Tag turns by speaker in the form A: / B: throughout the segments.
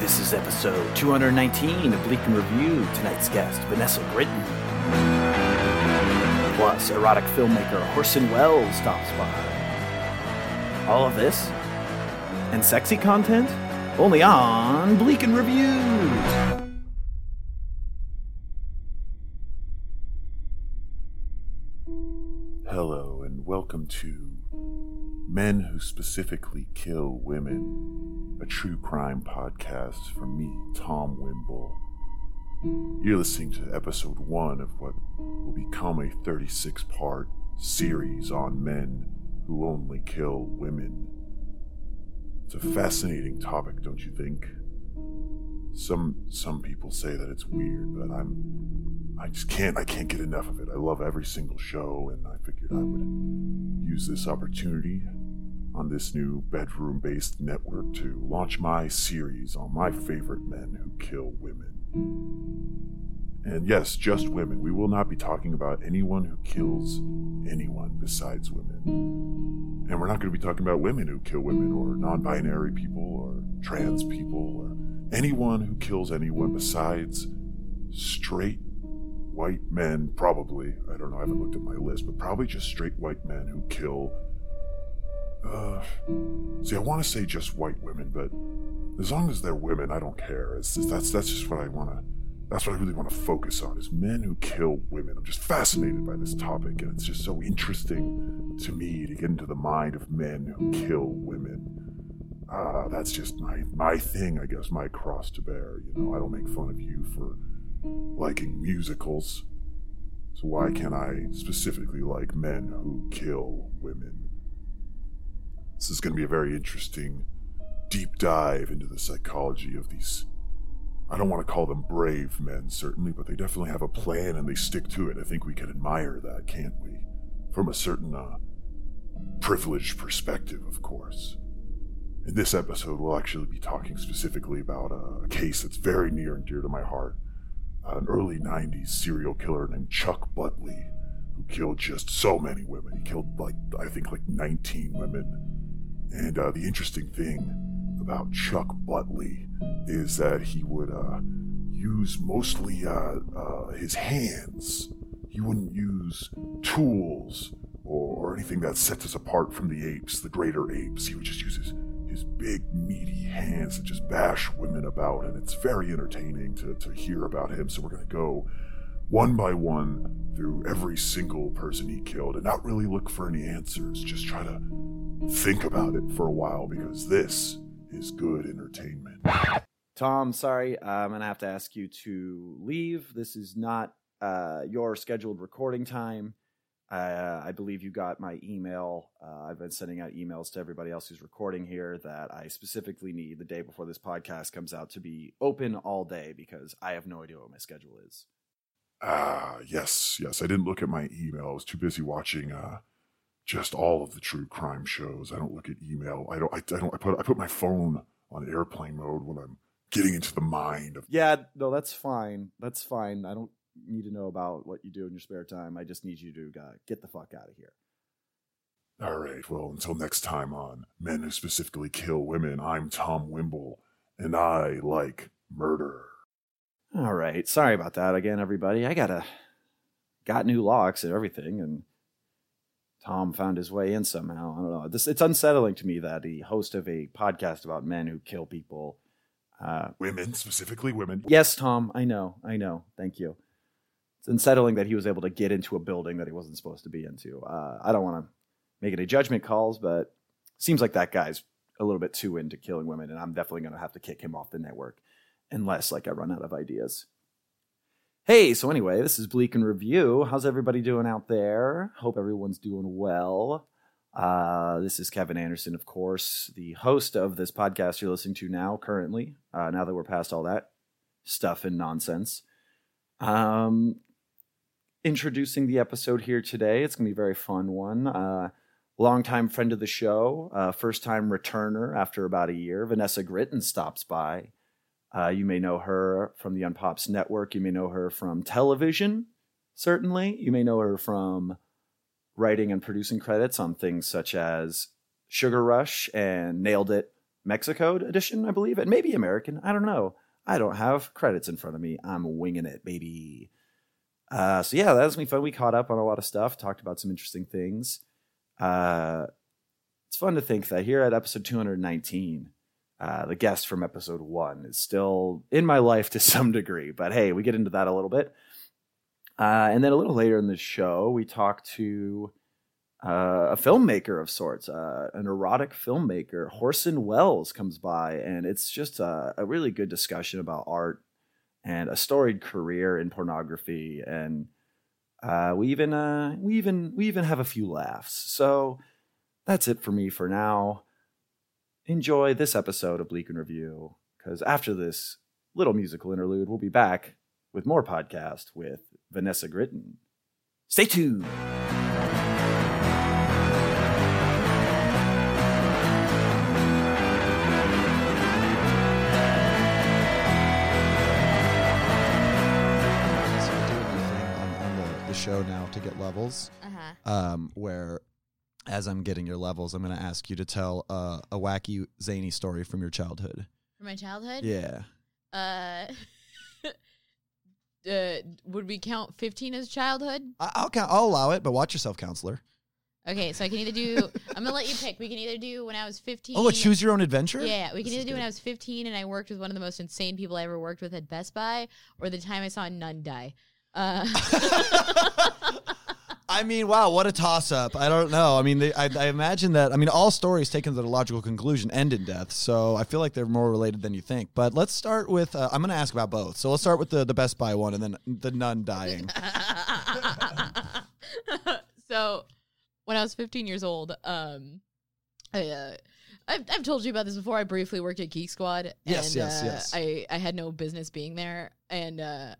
A: This is episode 219 of Bleak and Review. Tonight's guest, Vanessa Gritton. Plus, erotic filmmaker Horson Wells stops by. All of this and sexy content only on Bleak and Review.
B: Hello and welcome to Men Who Specifically Kill Women, a true crime podcast from me, Tom Wimble. You're listening to episode one of what will become a 36 part series on men who only kill women. It's a fascinating topic, don't you think? Some some people say that it's weird, but I'm I just can't I can't get enough of it. I love every single show and I figured I would use this opportunity on this new bedroom-based network to launch my series on my favorite men who kill women. And yes, just women. We will not be talking about anyone who kills anyone besides women. And we're not going to be talking about women who kill women or non-binary people or trans people or anyone who kills anyone besides straight white men, probably. I don't know, I haven't looked at my list, but probably just straight white men who kill. Uh, see, I want to say just white women, but as long as they're women, I don't care. It's just- that's that's just what I want to. That's what I really want to focus on is men who kill women. I'm just fascinated by this topic, and it's just so interesting to me to get into the mind of men who kill women. Ah, that's just my my thing, I guess, my cross to bear. You know, I don't make fun of you for liking musicals. So why can't I specifically like men who kill women? This is going to be a very interesting deep dive into the psychology of these. I don't want to call them brave men, certainly, but they definitely have a plan and they stick to it. I think we can admire that, can't we? From a certain uh, privileged perspective, of course. In this episode, we'll actually be talking specifically about uh, a case that's very near and dear to my heart an early 90s serial killer named Chuck Butley, who killed just so many women. He killed, like, I think, like 19 women. And uh, the interesting thing about Chuck Butley is that he would uh, use mostly uh, uh, his hands, he wouldn't use tools. Or or anything that sets us apart from the apes, the greater apes. He would just use his, his big meaty hands to just bash women about and it's very entertaining to, to hear about him so we're going to go one by one through every single person he killed and not really look for any answers just try to think about it for a while because this is good entertainment
A: Tom, sorry, I'm gonna have to ask you to leave. This is not uh, your scheduled recording time. Uh, I believe you got my email. Uh, I've been sending out emails to everybody else who's recording here that I specifically need the day before this podcast comes out to be open all day because I have no idea what my schedule is.
B: Ah, yes, yes. I didn't look at my email. I was too busy watching uh, just all of the true crime shows. I don't look at email. I don't. I, I don't. I put. I put my phone on airplane mode when I'm getting into the mind of.
A: Yeah, no, that's fine. That's fine. I don't need to know about what you do in your spare time. I just need you to uh, get the fuck out of here.
B: All right. Well, until next time on Men Who Specifically Kill Women. I'm Tom Wimble, and I like murder.
A: All right. Sorry about that again, everybody. I gotta got new locks and everything, and Tom found his way in somehow. I don't know. This it's unsettling to me that the host of a podcast about men who kill people. Uh,
B: Women, specifically women.
A: yes, Tom. I know. I know. Thank you. It's unsettling that he was able to get into a building that he wasn't supposed to be into. Uh, I don't want to make any judgment calls, but seems like that guy's a little bit too into killing women, and I'm definitely going to have to kick him off the network unless like I run out of ideas. Hey, so anyway, this is Bleak and Review. How's everybody doing out there? Hope everyone's doing well. Uh, this is Kevin Anderson, of course, the host of this podcast you're listening to now, currently. Uh, now that we're past all that stuff and nonsense, um, introducing the episode here today. It's going to be a very fun one. Uh, longtime friend of the show, uh, first time returner after about a year, Vanessa Gritton stops by. Uh, you may know her from the Unpops Network. You may know her from television, certainly. You may know her from writing and producing credits on things such as Sugar Rush and Nailed It, Mexico edition, I believe, and maybe American. I don't know. I don't have credits in front of me. I'm winging it, baby. Uh, so yeah, that was me fun. We caught up on a lot of stuff, talked about some interesting things. Uh, it's fun to think that here at episode 219, uh, the guest from episode one is still in my life to some degree. But hey, we get into that a little bit. Uh, and then a little later in the show, we talk to uh, a filmmaker of sorts, uh, an erotic filmmaker. Horson Wells comes by, and it's just a, a really good discussion about art and a storied career in pornography. And uh, we even uh, we even we even have a few laughs. So that's it for me for now. Enjoy this episode of Bleak and Review, because after this little musical interlude, we'll be back with more podcast with Vanessa Gritton. Stay tuned.
C: So we're doing a thing on, on the, the show now to get levels,
D: Uh huh.
C: um, where as I'm getting your levels, I'm going to ask you to tell uh, a wacky, zany story from your childhood.
D: From my childhood.
C: Yeah.
D: Uh, uh, would we count fifteen as childhood?
C: I- I'll, count, I'll allow it, but watch yourself, counselor.
D: Okay, so I can either do. I'm gonna let you pick. We can either do when I was fifteen.
C: Oh, a choose your own adventure?
D: Yeah, we can
C: This is
D: either do when
C: good.
D: I was 15 and I worked with one of the most insane people I ever worked with at Best Buy, or the time I saw a nun die. Uh,
C: I mean, wow, what a toss up. I don't know. I mean, they, I, I imagine that, I mean, all stories taken to the logical conclusion end in death. So I feel like they're more related than you think. But let's start with, uh, I'm going to ask about both. So let's start with the, the Best Buy one and then the nun dying.
D: so when I was 15 years old, um, I, uh, I've, I've told you about this before. I briefly worked at Geek Squad. And,
C: Yes, yes,
D: uh,
C: yes.
D: I, I had no business being there. And uh,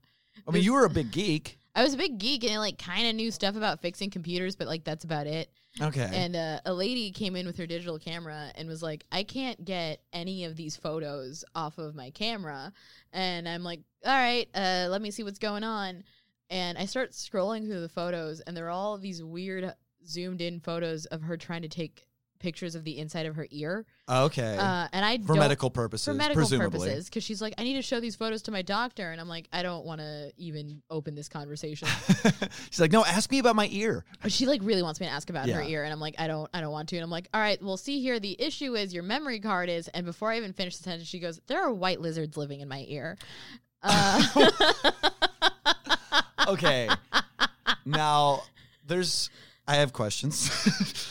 C: I mean, you were a big geek.
D: I was a big geek and I like kind of knew stuff about fixing computers, but like that's about it.
C: Okay.
D: And uh, a lady came in with her digital camera and was like, I can't get any of these photos off of my camera. And I'm like, all right, uh, let me see what's going on. And I start scrolling through the photos, and there are all these weird zoomed in photos of her trying to take pictures of the inside of her ear.
C: okay.
D: Uh, and I
C: for
D: don't-
C: medical purposes,
D: for medical
C: presumably.
D: purposes because she's like, I need to show these photos to my doctor. And I'm like, I don't want to even open this conversation.
C: She's like, no, ask me about my ear.
D: But she like really wants me to ask about her
C: Yeah.
D: ear and i'm like i don't i don't want to and i'm like all right well see here the issue is your memory card is and before i even finish the sentence she goes there are white lizards living in my ear uh,
C: Okay. now, there's. I have questions.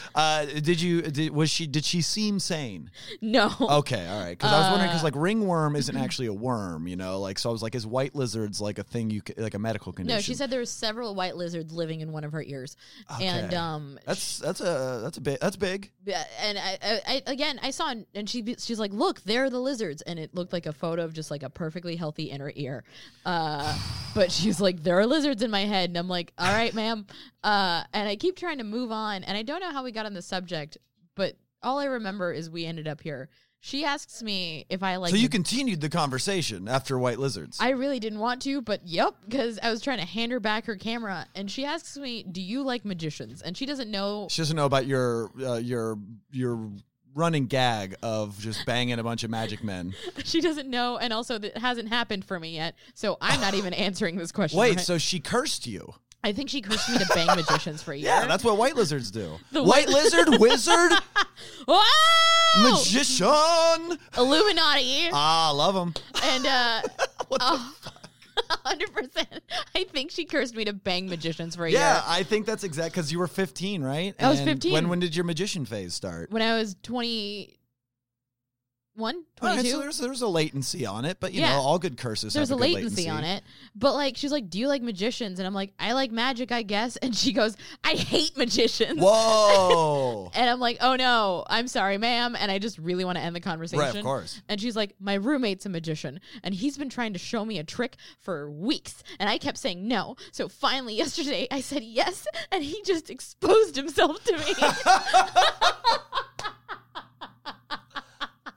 C: uh, did you? Did, was she? Did she seem sane?
D: no
C: Okay, all right. Because I was wondering, because
D: Uh,
C: like ringworm isn't actually a worm, you know. Like, so I was like, is white lizards like a thing you c- like a medical condition?
D: no she said there were several white lizards living in one of her ears
C: Okay.
D: and um
C: that's that's a that's a big that's big.
D: Yeah, and I, I, I again I saw and she be- she's like, look, they're the lizards, and it looked like a photo of just like a perfectly healthy inner ear, uh, but she's like, there are lizards in my head, and I'm like, all right, ma'am, uh, and I keep trying to move on, and I don't know how we got on the subject, but all I remember is we ended up here. She asks me if I like.
C: so you
D: to-
C: continued the conversation after white lizards.
D: I really didn't want to, but yep, because I was trying to hand her back her camera, and she asks me, "Do you like magicians?" And she doesn't know
C: She doesn't know about your uh, your your running gag of just banging a bunch of magic men.
D: She doesn't know, and also that hasn't happened for me yet, so I'm not even answering this question.
C: Wait,
D: right?
C: so she cursed you?
D: I think she cursed me to bang magicians for a year.
C: Yeah, that's what white lizards do.
D: The
C: white lizard, wizard,
D: Whoa!
C: magician. Uh, Ah,
D: Illuminati,
C: I love them.
D: and uh, hundred percent. I think she cursed me to bang magicians for a
C: Yeah,
D: year
C: I think that's exact because you were 15, right?
D: I was
C: And
D: 15.
C: When when did your magician phase start?
D: when I was 21,
C: All right,
D: 22.
C: so there's there's a latency on it, but you
D: Yeah.
C: know, all good curses
D: There's a
C: have a, good
D: latency on it, but like she's like, "Do you like magicians?" And I'm like, "I like magic, I guess." And she goes, "I hate magicians."
C: Whoa.
D: And I'm like, oh no, I'm sorry, ma'am. And I just really want to end the conversation.
C: Right, of course.
D: And she's like, my roommate's a magician, and he's been trying to show me a trick for weeks. And I kept saying no. So finally, yesterday, I said yes, and he just exposed himself to me.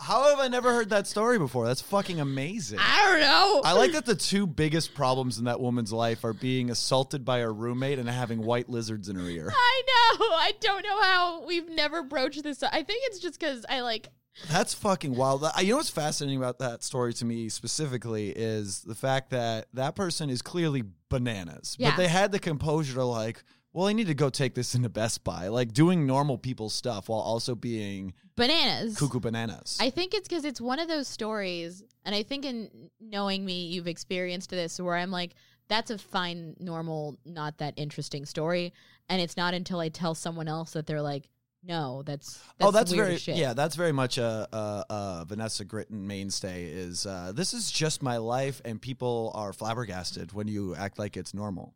C: How have I never heard that story before? That's fucking amazing.
D: I don't know.
C: I like that the two biggest problems in that woman's life are being assaulted by her roommate and having white lizards in her ear.
D: I know. I don't know how we've never broached this. I think it's just because I like
C: That's fucking wild. I- You know what's fascinating about that story to me specifically is the fact that that person is clearly bananas,
D: Yeah.
C: but they had the composure to like, well, I need to go take this into Best Buy, like doing normal people stuff while also being
D: Bananas.
C: cuckoo bananas.
D: I think it's because it's one of those stories, and I think in knowing me, you've experienced this where I'm like, that's a fine, normal, not that interesting story, and it's not until I tell someone else that they're like, no, that's, that's
C: oh, that's
D: weird
C: very
D: as shit.
C: yeah. That's very much a, a, a Vanessa Gritton mainstay. Is uh, this is just my life, and people are flabbergasted when you act like it's normal.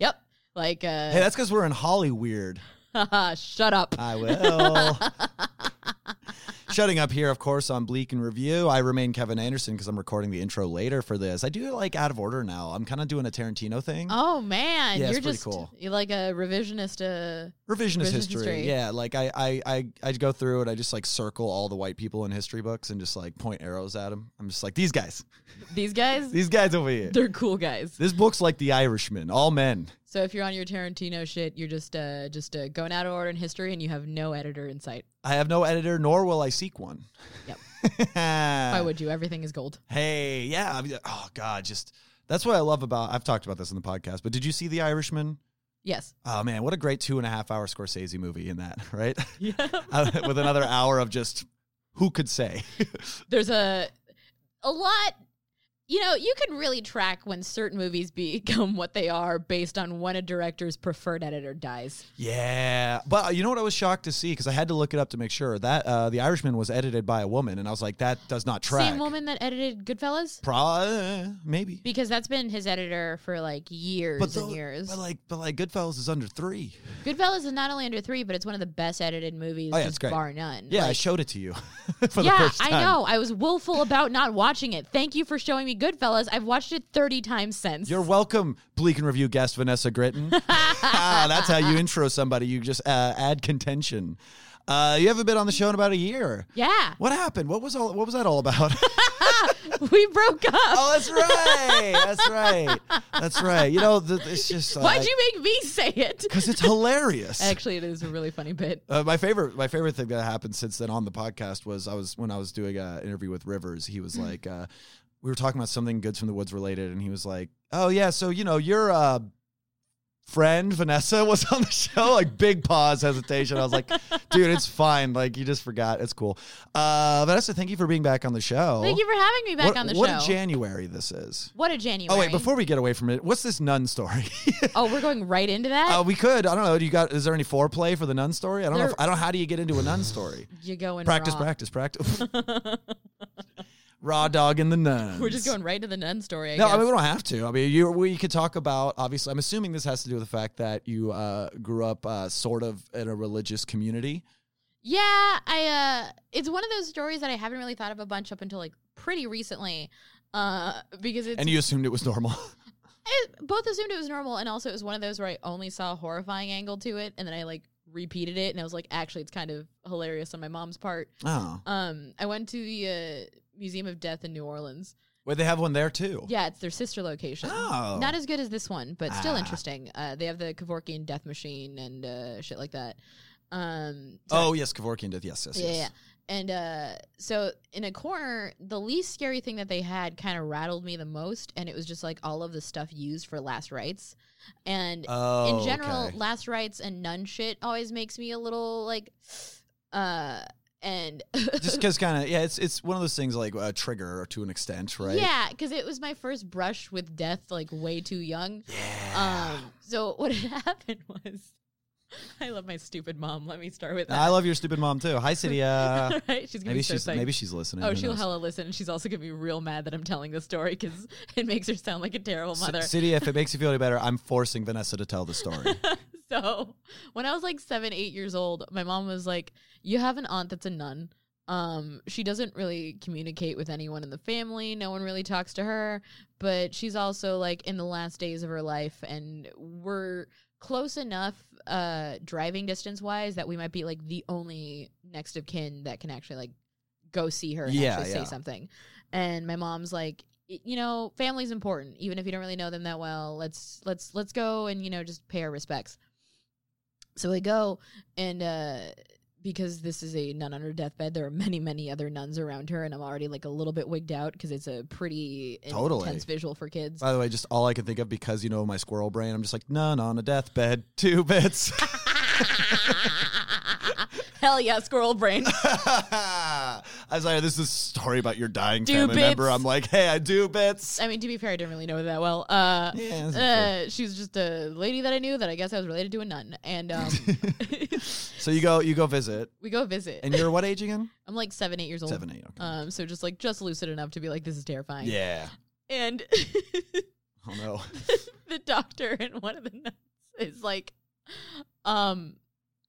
D: Yep. Like,
C: Hey,
D: uh,
C: that's because we're in Holly weird.
D: shut up.
C: I will. Shutting up here, of course, on Bleak and Review. I remain Kevin Anderson because I'm recording the intro later for this. I do it like out of order now. I'm kind of doing a Tarantino thing.
D: Oh man,
C: Yeah, it's
D: you're
C: pretty
D: just
C: cool.
D: you're like a revisionist. Uh,
C: revisionist,
D: revisionist
C: history.
D: history.
C: Yeah, like I, I, I, I go through it. I just like circle all the white people in history books and just like point arrows at them. I'm just like these guys,
D: these guys,
C: these guys over here.
D: they're cool guys.
C: This book's like The Irishman, all men.
D: So if you're on your Tarantino shit, you're just uh, just uh, going out of order in history, and you have no editor in sight.
C: I have no editor, nor will I seek one.
D: Yep. Why
C: I
D: would you? Everything is gold.
C: Hey, yeah. I mean, oh God, just that's what I love about. I've talked about this in the podcast, but did you see The Irishman?
D: Yes.
C: Oh man, what a great two and a half hour Scorsese movie in that, right?
D: Yeah.
C: Uh, With another hour of just who could say?
D: There's a a lot. You know, you can really track when certain movies become what they are based on when a director's preferred editor dies.
C: yeah, but you know what? I was shocked to see because I had to look it up to make sure that uh, The Irishman was edited by a woman, and I was like, that does not track.
D: Same woman that edited Goodfellas,
C: Pro- uh, maybe.
D: because that's been his editor for like years
C: But,
D: and
C: tho-
D: years.
C: but like, but like, Goodfellas is under three.
D: Goodfellas is not only under three, but it's one of the best edited movies,
C: Oh, yeah, it's
D: just
C: great.
D: bar none.
C: Yeah, I
D: Like-
C: showed it to you for the
D: yeah,
C: first time.
D: I know. I was willful about not watching it. Thank you for showing me Goodfellas. I've watched it thirty times since.
C: You're welcome, Bleak and Review guest Vanessa Gritton. Ah, That's how you intro somebody. You just uh, add contention. Uh, you haven't been on the show in about a year.
D: yeah,
C: What happened? What was all? What was that all about?
D: we broke up.
C: oh, that's right. That's right. That's right. You know, th- it's just uh,
D: Why'd you make me say it?
C: Because it's hilarious.
D: Actually, it is a really funny bit.
C: Uh, my favorite, my favorite thing that happened since then on the podcast was I was when I was doing an interview with Rivers. He
D: Mm.
C: was like, uh, we were talking about something goods from the woods related, and he was like, "Oh yeah, so you know your uh, friend Vanessa was on the show." Like big pause, hesitation. I was like, "Dude, it's fine. Like you just forgot. It's cool." Uh, Vanessa, thank you for being back on the show.
D: Thank you for having me back
C: Oh. what,
D: on the
C: what
D: show.
C: a January this is.
D: what a January!
C: Oh wait, before we get away from it, what's this nun story?
D: oh, we're going right into that.
C: uh, we could. I don't know. Do you got? Is there any foreplay for the nun story? I don't know. If,
D: There-
C: I don't. know How do you get into a nun story?
D: You're going
C: practice,
D: raw.
C: practice, practice. Raw dog and the nuns.
D: We're just going right to the nun story. I
C: No,
D: guess.
C: I mean we don't have to. I mean, you we could talk about. Obviously, I'm assuming this has to do with the fact that you uh, grew up uh, sort of in a religious community.
D: Yeah, I uh it's one of those stories that I haven't really thought of a bunch up until like pretty recently. Uh because it's
C: and you assumed it was normal.
D: I both assumed it was normal and also it was one of those where I only saw a horrifying angle to it and then I like repeated it and I was like actually it's kind of hilarious on my mom's part.
C: oh,
D: Um I went to the uh, Museum of Death in New Orleans.
C: well, they have one there too.
D: Yeah, it's their sister location.
C: Oh.
D: Not as good as this one, but still
C: Ah.
D: interesting. Uh they have the Kevorkian death machine and uh shit like that. Um so
C: Oh yes, Kevorkian did. Yes, yes,
D: yeah,
C: yes.
D: yeah. And uh, so in a corner, the least scary thing that they had kind of rattled me the most, and it was just like all of the stuff used for last rites. And
C: Oh,
D: in general,
C: okay.
D: last rites and nun shit always makes me a little like, uh, and
C: just because kind of yeah, it's it's one of those things like a trigger to an extent, right?
D: Yeah, because it was my first brush with death, like way too young.
C: Yeah.
D: Um, so what had happened was, I love my stupid mom. Let me start with
C: I
D: that.
C: love your stupid mom too. Hi, Cydia.
D: right? She's gonna
C: uh, maybe
D: be so
C: she's
D: psyched.
C: maybe she's listening.
D: Oh,
C: Who
D: she'll
C: knows?
D: hella listen, and she's also gonna be real mad that I'm telling this story because it makes her sound like a terrible
C: C-
D: mother.
C: City, if it makes you feel any better, I'm forcing Vanessa to tell the story.
D: so, when I was like seven, eight years old, my mom was like, "You have an aunt that's a nun. Um, she doesn't really communicate with anyone in the family. No one really talks to her, but she's also like in the last days of her life, and we're close enough." uh driving distance wise that we might be like the only next of kin that can actually like go see her and
C: Yeah,
D: actually
C: yeah.
D: say something and my mom's like "Y- you know family's important even if you don't really know them that well let's let's let's go and you know just pay our respects so we go and uh because this is a nun on her deathbed, there are many, many other nuns around her, and I'm already like a little bit wigged out because it's a pretty
C: Totally.
D: intense visual for kids.
C: By the way, just all I can think of because you know my squirrel brain, I'm just like, none on a deathbed, two bits.
D: Hell yeah, squirrel brain.
C: I was like, this is a story about your dying
D: Do
C: family member.
D: bits.
C: I'm like, hey, I do bits.
D: I mean, to be fair, I didn't really know her that well. Uh,
C: Yeah, that's
D: uh, she's just a lady that I knew that I guess I was related to a nun, and um,
C: So you go, you go visit,
D: we go visit.
C: and you're what age again?
D: I'm like seven, eight years old.
C: Seven, eight. Okay.
D: Um, so just like just lucid enough to be like, this is terrifying.
C: yeah.
D: And
C: Oh no.
D: the doctor and one of the nuns is like, um,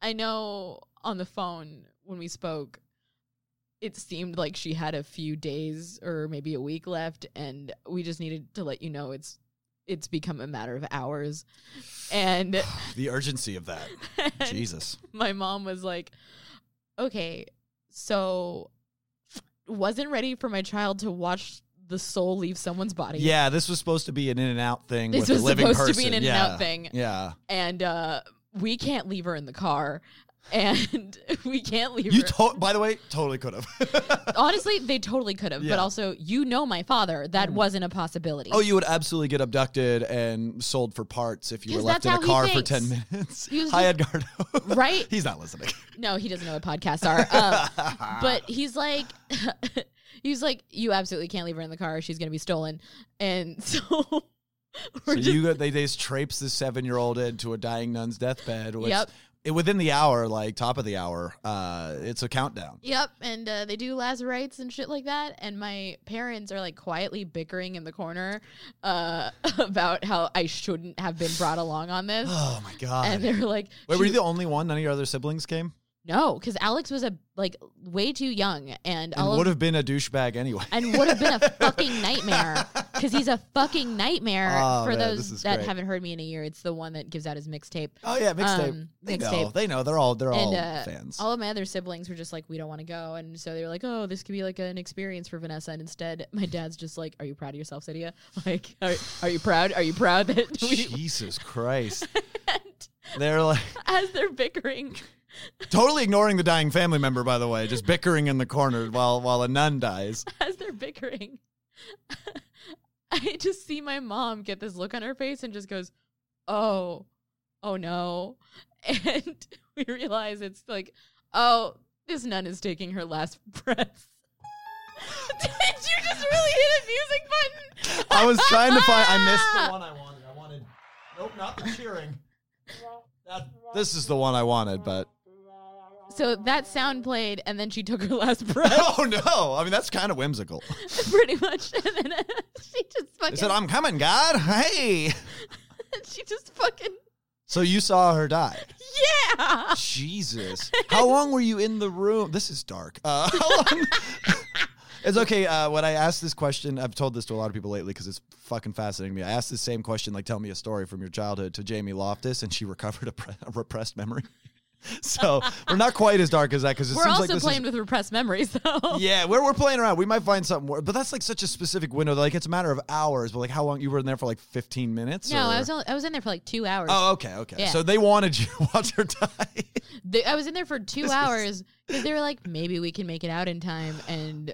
D: I know on the phone when we spoke, it seemed like she had a few days or maybe a week left, and we just needed to let you know it's it's become a matter of hours. And,
C: the urgency of that.
D: and
C: Jesus.
D: my mom was like, okay, so wasn't ready for my child to watch the soul leave someone's body.
C: Yeah, this was supposed to be an in and out thing
D: This
C: with
D: was
C: a living
D: supposed
C: person.
D: to be an in and
C: yeah.
D: out thing.
C: Yeah.
D: and uh, we can't leave her in the car, and we can't leave
C: You
D: her.
C: to- by the way, totally could have.
D: Honestly, they totally could have,
C: Yeah. Mm.
D: but also, you know, my father, that wasn't a possibility.
C: oh, you would absolutely get abducted and sold for parts if you were
D: 'Cause
C: left in a
D: that's how
C: car
D: he
C: for ten
D: thinks.
C: minutes.
D: He was
C: Hi, Edgardo.
D: Right?
C: He's not listening.
D: no, he doesn't know what podcasts are. Um, but he's like, he's like, you absolutely can't leave her in the car. She's gonna be stolen, and so
C: So
D: we're just
C: you go, they, they just traipse the seven year old into a dying nun's deathbed. Which
D: Yep.
C: it- within the hour, like top of the hour, uh, it's a countdown.
D: Yep, and uh, they do lazarites and shit like that. And my parents are like quietly bickering in the corner uh, about how I shouldn't have been brought along on this.
C: Oh my god!
D: and they were like,
C: Wait, were
D: she-
C: you the only one? None of your other siblings came,
D: no, because Alex was a like way too young, and,
C: and
D: all
C: would
D: of,
C: have been a douchebag anyway.
D: and would have been a fucking nightmare because he's a fucking nightmare
C: Oh,
D: for
C: man, this is
D: those that
C: great.
D: haven't heard me in a year. It's the one that gives out his mixtape.
C: Oh yeah, mixtape.
D: Um,
C: they know.
D: mixtape.
C: They know. They're all. They're all
D: And, uh,
C: fans.
D: All of my other siblings were just like, we don't want to go. And so they were like, oh, this could be like an experience for Vanessa. And instead, my dad's just like, are you proud of yourself, Cydia? Like, are, are you proud? Are you proud that we.
C: Jesus Christ!
D: And
C: They're like
D: as they're bickering,
C: totally ignoring the dying family member. By the way, just bickering in the corner while while a nun dies.
D: as they're bickering, I just see my mom get this look on her face and just goes, oh, oh no. And we realize it's like, oh, this nun is taking her last breath. Did you just really hit a music button?
C: I was trying to find. I missed the one I wanted. I wanted. Nope, not the cheering. That, this is the one I wanted, but
D: So that sound played, and then she took her last breath,
C: oh no! I mean, that's kind of whimsical.
D: pretty much. And then uh, she just
C: They
D: fucking,
C: said, "I'm coming, God." Hey.
D: she just fucking,
C: So you saw her die.
D: yeah.
C: Jesus. How long were you in the room? This is dark. Uh, how long? it's okay. Uh, when I asked this question, I've told this to a lot of people lately because it's fucking fascinating to me. I asked the same question, like, tell me a story from your childhood to Jamie Loftus, and she recovered a, pre- a repressed memory. so we're not quite as dark as that because it
D: We're
C: seems like
D: also
C: this
D: playing
C: is.
D: with repressed memories, though.
C: Yeah, we're, we're playing around. We might find something more, but that's like such a specific window. Like it's a matter of hours, but like how long you were in there for like fifteen minutes?
D: No,
C: or-
D: I was only, I was in there for like two hours.
C: Oh, okay, okay.
D: Yeah.
C: So they wanted you to watch her die.
D: They- I was in there for two
C: This is-
D: hours because they were like, maybe we can make it out in time, and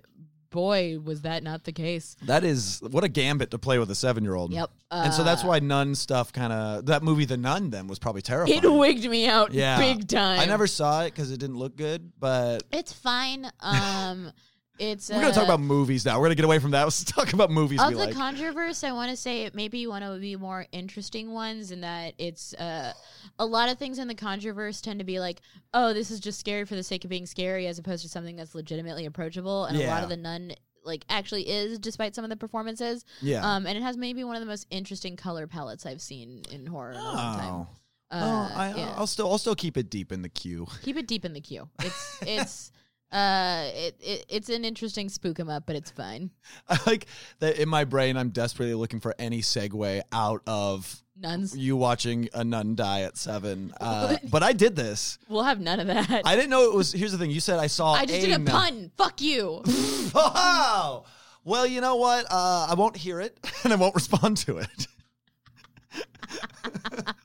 D: boy, was that not the case.
C: That is what a gambit to play with a seven year old.
D: Yep.
C: Mm. and so that's
D: Uh,
C: why nun stuff kind of that movie The Nun then was probably terrifying.
D: it wigged me out
C: Yeah.
D: big time.
C: I never saw it because it didn't look good. But
D: It's fine. Um, it's
C: we're gonna talk
D: uh,
C: about movies now. We're gonna get away from that. Let's talk about movies
D: of
C: we
D: the
C: like.
D: controverse i want to say maybe one of the more interesting ones in that it's uh, a lot of things in the controverse tend to be like oh this is just scary for the sake of being scary as opposed to something that's legitimately approachable and a
C: Yeah.
D: lot of the nun like actually is despite some of the performances
C: yeah.
D: um, and it has maybe one of the most interesting color palettes i've seen in horror in a long time
C: oh.
D: uh,
C: oh, I,
D: yeah.
C: I'll still I'll still keep it deep in the queue.
D: keep it deep in the queue it's it's uh it, it it's an interesting spook 'em up but it's fine
C: I like that in my brain. I'm desperately looking for any segue out of
D: nuns
C: you watching a nun die at seven. Uh, but I did this.
D: we'll have none of that
C: I didn't know it was. Here's the thing. You said I saw.
D: I just
C: a
D: did a
C: nun.
D: pun. Fuck you.
C: Oh, well, you know what? Uh, I won't hear it and I won't respond to it.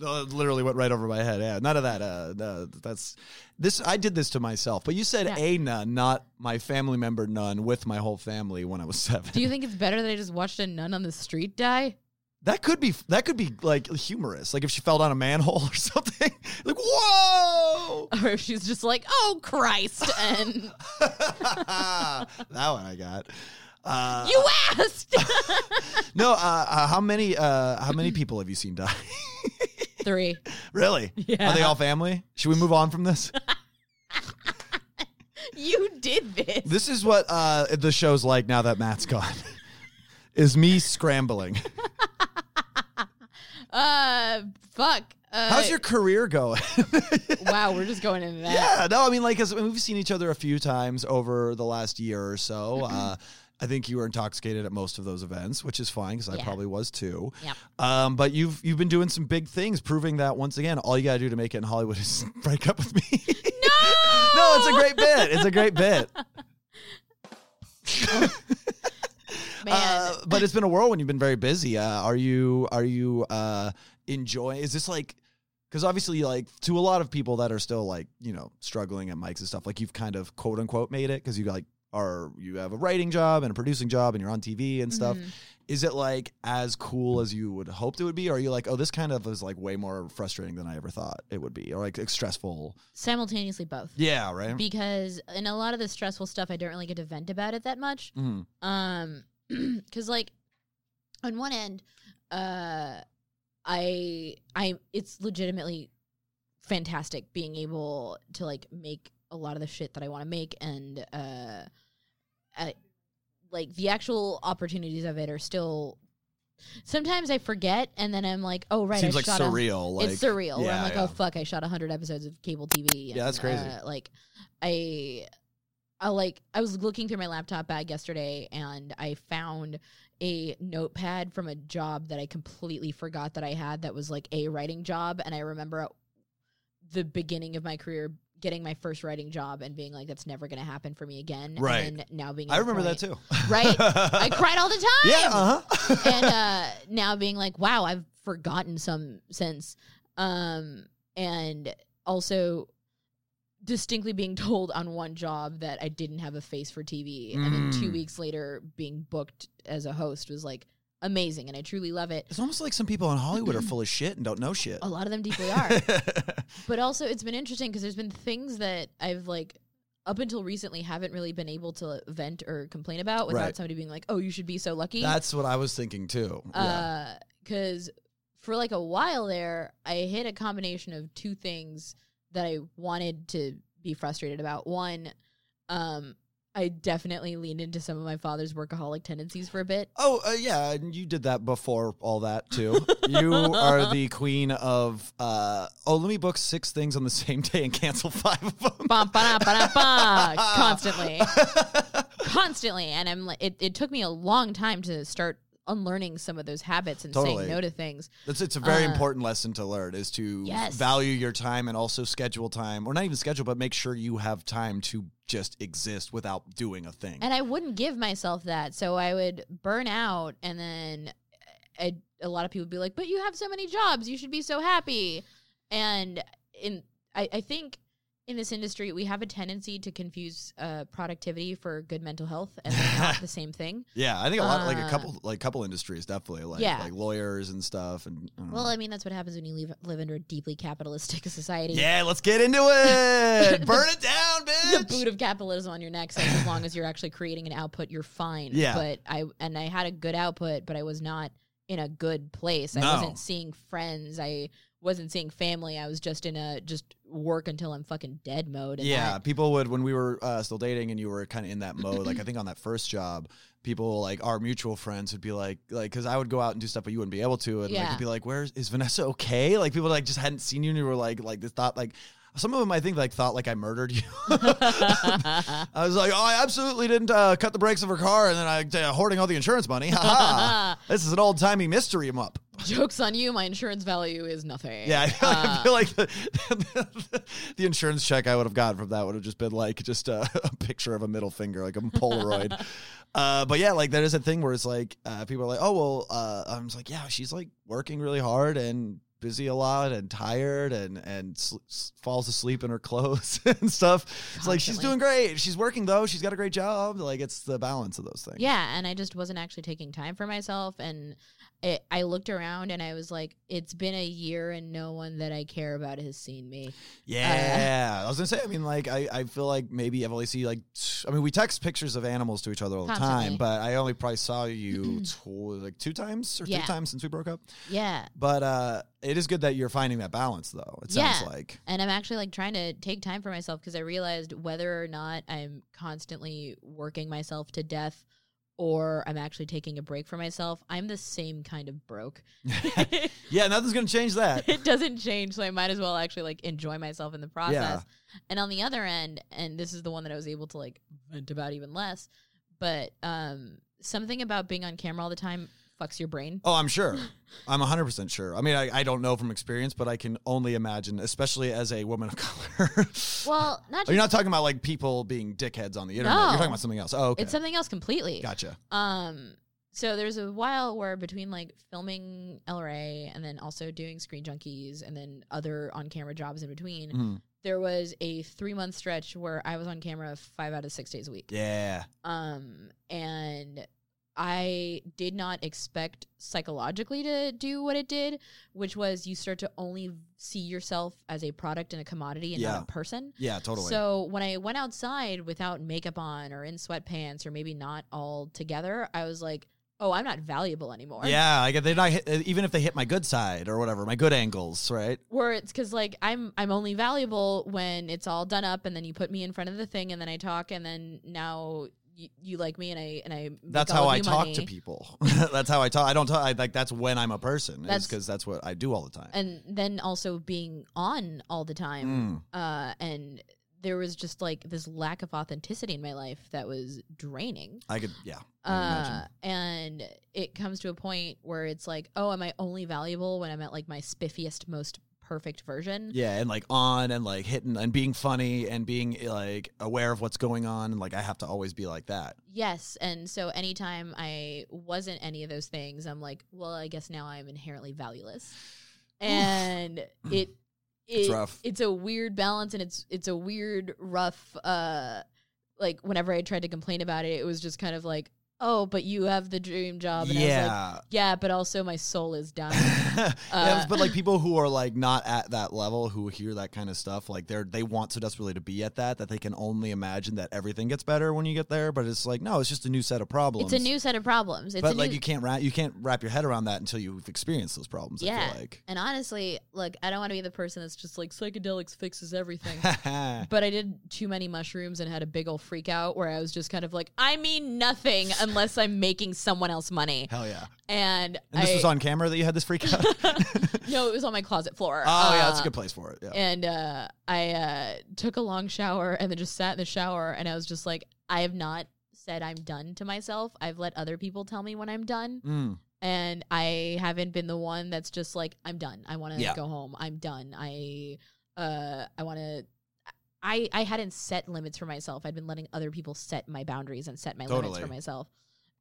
C: No, it literally went right over my head. Yeah, none of that. Uh, no, that's this. I did this to myself. But you said
D: Yeah.
C: a nun, not my family member nun, with my whole family when I was seven.
D: Do you think it's better that I just watched a nun on the street die?
C: that could be that could be like humorous. Like if she fell down a manhole or something. Like whoa.
D: Or if she's just like, oh Christ, and
C: that one I got. Uh,
D: you asked
C: no, uh, uh, how many uh, how many people have you seen die?
D: three.
C: really?
D: Yeah.
C: Are they all family? Should we move on from this?
D: You did this.
C: This is what uh, the show's like now that Matt's gone. is me scrambling.
D: Uh, fuck. Uh,
C: How's your career going?
D: wow? We're just going into that.
C: yeah, no, I mean, like, 'cause we've seen each other a few times over the last year or so.
D: Mm-hmm.
C: Uh, I think you were intoxicated at most of those events, which is fine because I
D: Yeah.
C: probably was too.
D: Yep.
C: Um, but you've you've been doing some big things, proving that once again, all you gotta do to make it in Hollywood is break up with me.
D: No.
C: no, it's a great bit. It's a great bit.
D: man.
C: Uh, but it's been a whirlwind. You've been very busy. Uh, are you are you uh, enjoying? Is this like because obviously like to a lot of people that are still like you know struggling at mics and stuff like you've kind of quote unquote made it because you like are you have a writing job and a producing job and you're on TV and stuff.
D: Mhm.
C: Is it like as cool as you would hoped it would be? Or are you like oh this kind of is like way more frustrating than I ever thought it would be or like stressful?
D: Simultaneously, both.
C: Yeah, right.
D: Because in a lot of the stressful stuff, I don't really get to vent about it that much.
C: Mm.
D: Um, because like, on one end, uh, I I it's legitimately fantastic being able to like make a lot of the shit that I want to make and uh, I, like the actual opportunities of it are still. Sometimes I forget, and then I'm like, oh right,
C: Seems
D: I
C: like
D: shot a-
C: surreal. Like
D: it's surreal. where
C: yeah,
D: I'm like,
C: yeah.
D: oh fuck, I shot hundred episodes of cable TV.
C: Yeah, that's crazy.
D: uh, like, I, I like, I was looking through my laptop bag yesterday, and I found a notepad from a job that I completely forgot that I had. That was like a writing job, and I remember at the beginning of my career getting my first writing job and being like, that's never going to happen for me again.
C: Right.
D: And now being, at
C: I
D: the
C: remember that
D: point-
C: too.
D: Right. I cried all the time
C: Yeah. Uh-huh.
D: and uh, now being like, wow, I've forgotten some since. Um, and also distinctly being told on one job that I didn't have a face for TV. And then two
C: Mm.
D: weeks later, being booked as a host was like amazing. And I truly love it.
C: It's almost like some people in Hollywood are full of shit and don't know shit.
D: Mm-hmm. A lot of them deeply are. but also, it's been interesting because there's been things that I've like. Up until recently, haven't really been able to vent or complain about without
C: Right.
D: somebody being like, "Oh, you should be so lucky."
C: That's what I was thinking too.
D: Uh,
C: yeah.
D: because for like a while there, I hit a combination of two things that I wanted to be frustrated about. One, um, I definitely leaned into some of my father's workaholic tendencies for a bit.
C: Oh uh, yeah, and you did that before all that too. you are the queen of uh, oh. Let me book six things on the same day and cancel five of them.
D: Bum, ba, da, ba, da, ba, constantly, constantly, and I'm like, it, it took me a long time to start unlearning some of those habits and
C: Totally.
D: saying no to things.
C: It's, it's a very
D: Uh,
C: important lesson to learn is to
D: Yes.
C: value your time and also schedule time, or not even schedule, but make sure you have time to just exist without doing a thing.
D: And I wouldn't give myself that. So I would burn out and then I, a lot of people would be like, but you have so many jobs. You should be so happy. And in, I, I think in this industry, we have a tendency to confuse uh, productivity for good mental health and they're not the same thing.
C: yeah, I think a lot like a
D: Uh,
C: couple like couple industries definitely like
D: Yeah.
C: like lawyers and stuff and I don't know.
D: Well, I mean, that's what happens when you live, live under a deeply capitalistic society.
C: Yeah, let's get into it. Burn it down,
D: the
C: bitch.
D: boot of capitalism on your neck says as long as you're actually creating an output, you're fine.
C: Yeah.
D: But I and I had a good output, but I was not in a good place. I
C: No.
D: wasn't seeing friends. I wasn't seeing family. I was just in a just work until I'm fucking dead mode. And
C: yeah,
D: that-
C: people would when we were uh, still dating and you were kind of in that mode. like I think on that first job, people like our mutual friends would be like, like because I would go out and do stuff, but you wouldn't be able to, and like
D: Yeah.
C: you'd be like, "Where is, is Vanessa? Okay?" Like people like just hadn't seen you and you were like, like this thought like. Some of them, I think, like thought like I murdered you. I was like, oh, I absolutely didn't uh, cut the brakes of her car, and then I uh, hoarding all the insurance money. Ha ha. this is an old timey mystery. I'm up.
D: jokes on you. My insurance value is nothing.
C: Yeah, I feel, I
D: Uh,
C: feel like the, the, insurance check I would have gotten from that would have just been like just a, a picture of a middle finger, like a Polaroid. uh, but yeah, like there is a thing where it's like uh, people are like, "Oh well," uh, I'm just like, "Yeah, she's like working really hard and busy a lot and tired and and sl- s- falls asleep in her clothes and stuff. It's like she's
D: Constantly.
C: doing great. She's working though. She's got a great job. Like it's the balance of those things.
D: Yeah, and I just wasn't actually taking time for myself. And it, I looked around and I was like, it's been a year and no one that I care about has seen me.
C: Yeah, I was gonna say. I mean, like, I, I feel like maybe I've only seen like, I mean, we text pictures of animals to each other all the time,
D: Constantly.
C: but I only probably saw you tw- like two times or
D: Yeah.
C: three times since we broke up.
D: Yeah.
C: But uh it is good that you're finding that balance, though. It sounds
D: Yeah.
C: like
D: And I'm actually like trying to take time for myself because I realized whether or not I'm constantly working myself to death or I'm actually taking a break for myself, I'm the same kind of broke.
C: yeah, nothing's gonna change that.
D: it doesn't change so i might as well actually like enjoy myself in the process and on the other end and this is the one that i was able to like vent about even less but um something about being on camera all the time fucks your brain
C: Oh, I'm sure. I'm 100% sure. I mean, I, I don't know from experience, but I can only imagine, especially as a woman of color. Oh,
D: well not just
C: you're not talking about like people being dickheads on the internet. You're
D: No.
C: talking about something else. Oh, okay.
D: it's something else completely
C: gotcha.
D: um so there's a while where between like filming LRA and then also doing Screen Junkies and then other on camera jobs in between,
C: Mhm.
D: there was a three month stretch where I was on camera five out of six days a week.
C: Yeah.
D: um and i did not expect psychologically to do what it did which was you start to only see yourself as a product and a commodity and
C: Yeah.
D: not a person
C: Yeah, totally.
D: so when i went outside without makeup on or in sweatpants or maybe not all together i was like oh i'm not valuable anymore
C: Yeah, I get they're not hit, uh, even if they hit my good side or whatever, my good angles, right?
D: where it's because like I'm I'm only valuable when it's all done up, and then you put me in front of the thing, and then I talk, and then now you, you like me, and I and I. make
C: That's
D: all
C: how
D: of
C: I
D: you
C: talk to
D: money.
C: people. that's how I talk. I don't talk. I, like that's when I'm a person. That's
D: That's-
C: because that's what I do all the time.
D: and then also being on all the time
C: Mm.
D: uh and there was just like this lack of authenticity in my life that was draining
C: I could, yeah. I can
D: uh,
C: imagine.
D: and it comes to a point where it's like oh am i only valuable when i'm at like my spiffiest most perfect version
C: yeah, and like on and like hitting and being funny and being like aware of what's going on. And like I have to always be like that.
D: yes and so anytime i wasn't any of those things i'm like well i guess now i'm inherently valueless and it
C: Hmm. It's
D: it-
C: rough.
D: it's a weird balance and it's it's a weird rough uh like whenever i tried to complain about it it was just kind of like oh but you have the dream job and i was like
C: yeah.
D: yeah but also my soul is dying
C: Yeah,
D: Uh,
C: but like people who are like not at that level who hear that kind of stuff like they're they want so desperately to be at that that they can only imagine that everything gets better when you get there but it's like no it's just a new set of problems
D: it's a new set of problems it's
C: but
D: a
C: like
D: new
C: you can't wrap you can't wrap your head around that until you've experienced those problems I
D: Yeah.
C: feel like
D: and honestly look i don't want to be the person that's just like psychedelics fixes everything But I did too many mushrooms and had a big old freak out where I was just kind of like, I mean nothing unless I'm making someone else money.
C: hell yeah
D: And,
C: and this
D: I,
C: was on camera that you had this freak out oh
D: no, it was on my closet floor.
C: yeah that's
D: Uh,
C: a good place for it yeah
D: and uh, I uh, took a long shower and then just sat in the shower and I was just like, I have not said I'm done to myself. I've let other people tell me when I'm done,
C: Mm.
D: and I haven't been the one that's just like, I'm done. I want to
C: Yeah.
D: go home. I'm done. I uh, I want to. I I hadn't set limits for myself. I'd been letting other people set my boundaries and set my limits
C: Totally.
D: for myself.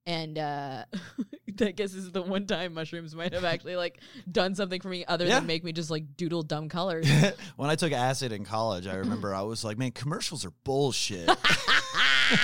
D: And uh, I guess this is the one time mushrooms might have actually like done something for me other
C: Yeah.
D: than make me just like doodle dumb colors.
C: when I took acid in college I remember I was like man commercials are bullshit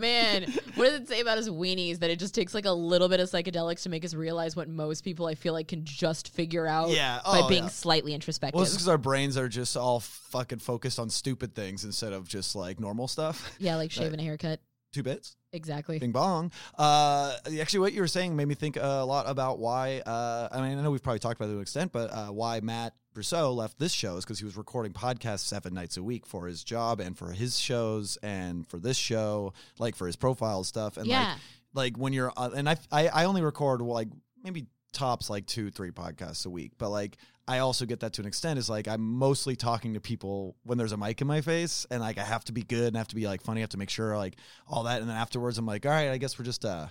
D: Man, what does it say about us weenies that it just takes like a little bit of psychedelics to make us realize what most people I feel like can just figure out
C: yeah
D: by
C: oh,
D: being
C: yeah.
D: slightly introspective.
C: Well, it's because our brains are just all fucking focused on stupid things instead of just like normal stuff.
D: yeah, like shaving a haircut.
C: Two bits,
D: Exactly.
C: bing bong. Uh, actually, what you were saying made me think a lot about why. Uh, I mean, I know we've probably talked about it to an extent, but uh, why Matt Brousseau left this show is because he was recording podcasts seven nights a week for his job and for his shows and for this show, like for his profile stuff. And like,
D: yeah.
C: like when you're uh, and I, I I only record like maybe tops like two three podcasts a week but like i also get that to an extent is like i'm mostly talking to people when there's a mic in my face and like i have to be good and I have to be like funny i have to make sure like all that and then afterwards i'm like all right i guess we're just uh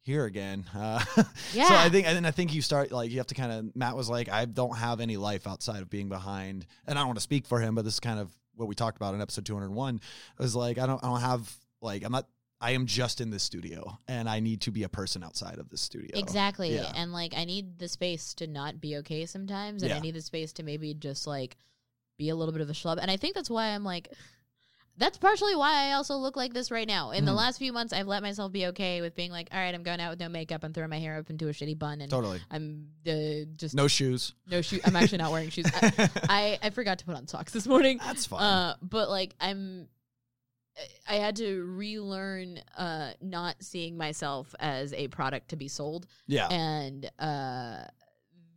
C: here again uh
D: yeah.
C: so i think and then i think you start like you have to kind of matt was like i don't have any life outside of being behind and i don't want to speak for him but this is kind of what we talked about in episode 201 it was like i don't i don't have like i'm not I am just in this studio and I need to be a person outside of this studio.
D: Exactly.
C: Yeah.
D: And like I need the space to not be okay sometimes and I
C: Yeah.
D: need the space to maybe just like be a little bit of a schlub. And I think that's why I'm like that's partially why I also look like this right now. In the
C: Mhm.
D: last few months I've let myself be okay with being like, all right, I'm going out with no makeup and throwing my hair up into a shitty bun and
C: Totally.
D: I'm uh, just no,
C: No shoes.
D: no shoe I'm actually not wearing shoes. I, I, I forgot to put on socks this morning.
C: That's fine.
D: Uh, but like I'm, I had to relearn uh, not seeing myself as a product to be sold,
C: yeah.
D: and uh,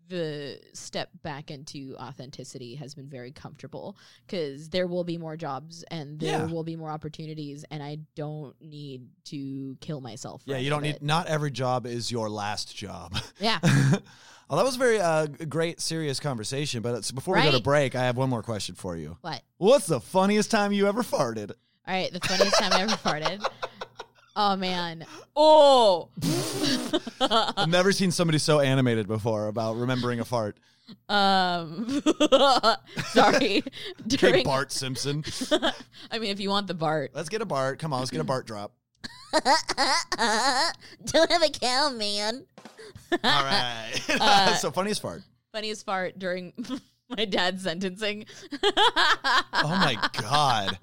D: the step back into authenticity has been very comfortable because there will be more jobs and there
C: Yeah.
D: will be more opportunities, and I don't need to kill myself. for
C: yeah,
D: any
C: you don't
D: of
C: need
D: it.
C: not every job is your last job.
D: Yeah,
C: well, that was a very uh, g- great serious conversation, but it's, before we go to
D: Right.
C: break, I have one more question for you.
D: what?
C: What's the funniest time you ever farted?
D: All right, the funniest time I ever farted. Oh man! Oh.
C: I've never seen somebody so animated before about remembering a fart.
D: Um, sorry.
C: Hey,
D: During,
C: Bart Simpson.
D: I mean, if you want the Bart,
C: Let's get a Bart. Come on, let's get a Bart drop.
D: don't have a cow, man.
C: All right.
D: Uh,
C: so funniest fart.
D: Funniest fart during my dad's sentencing.
C: Oh my god.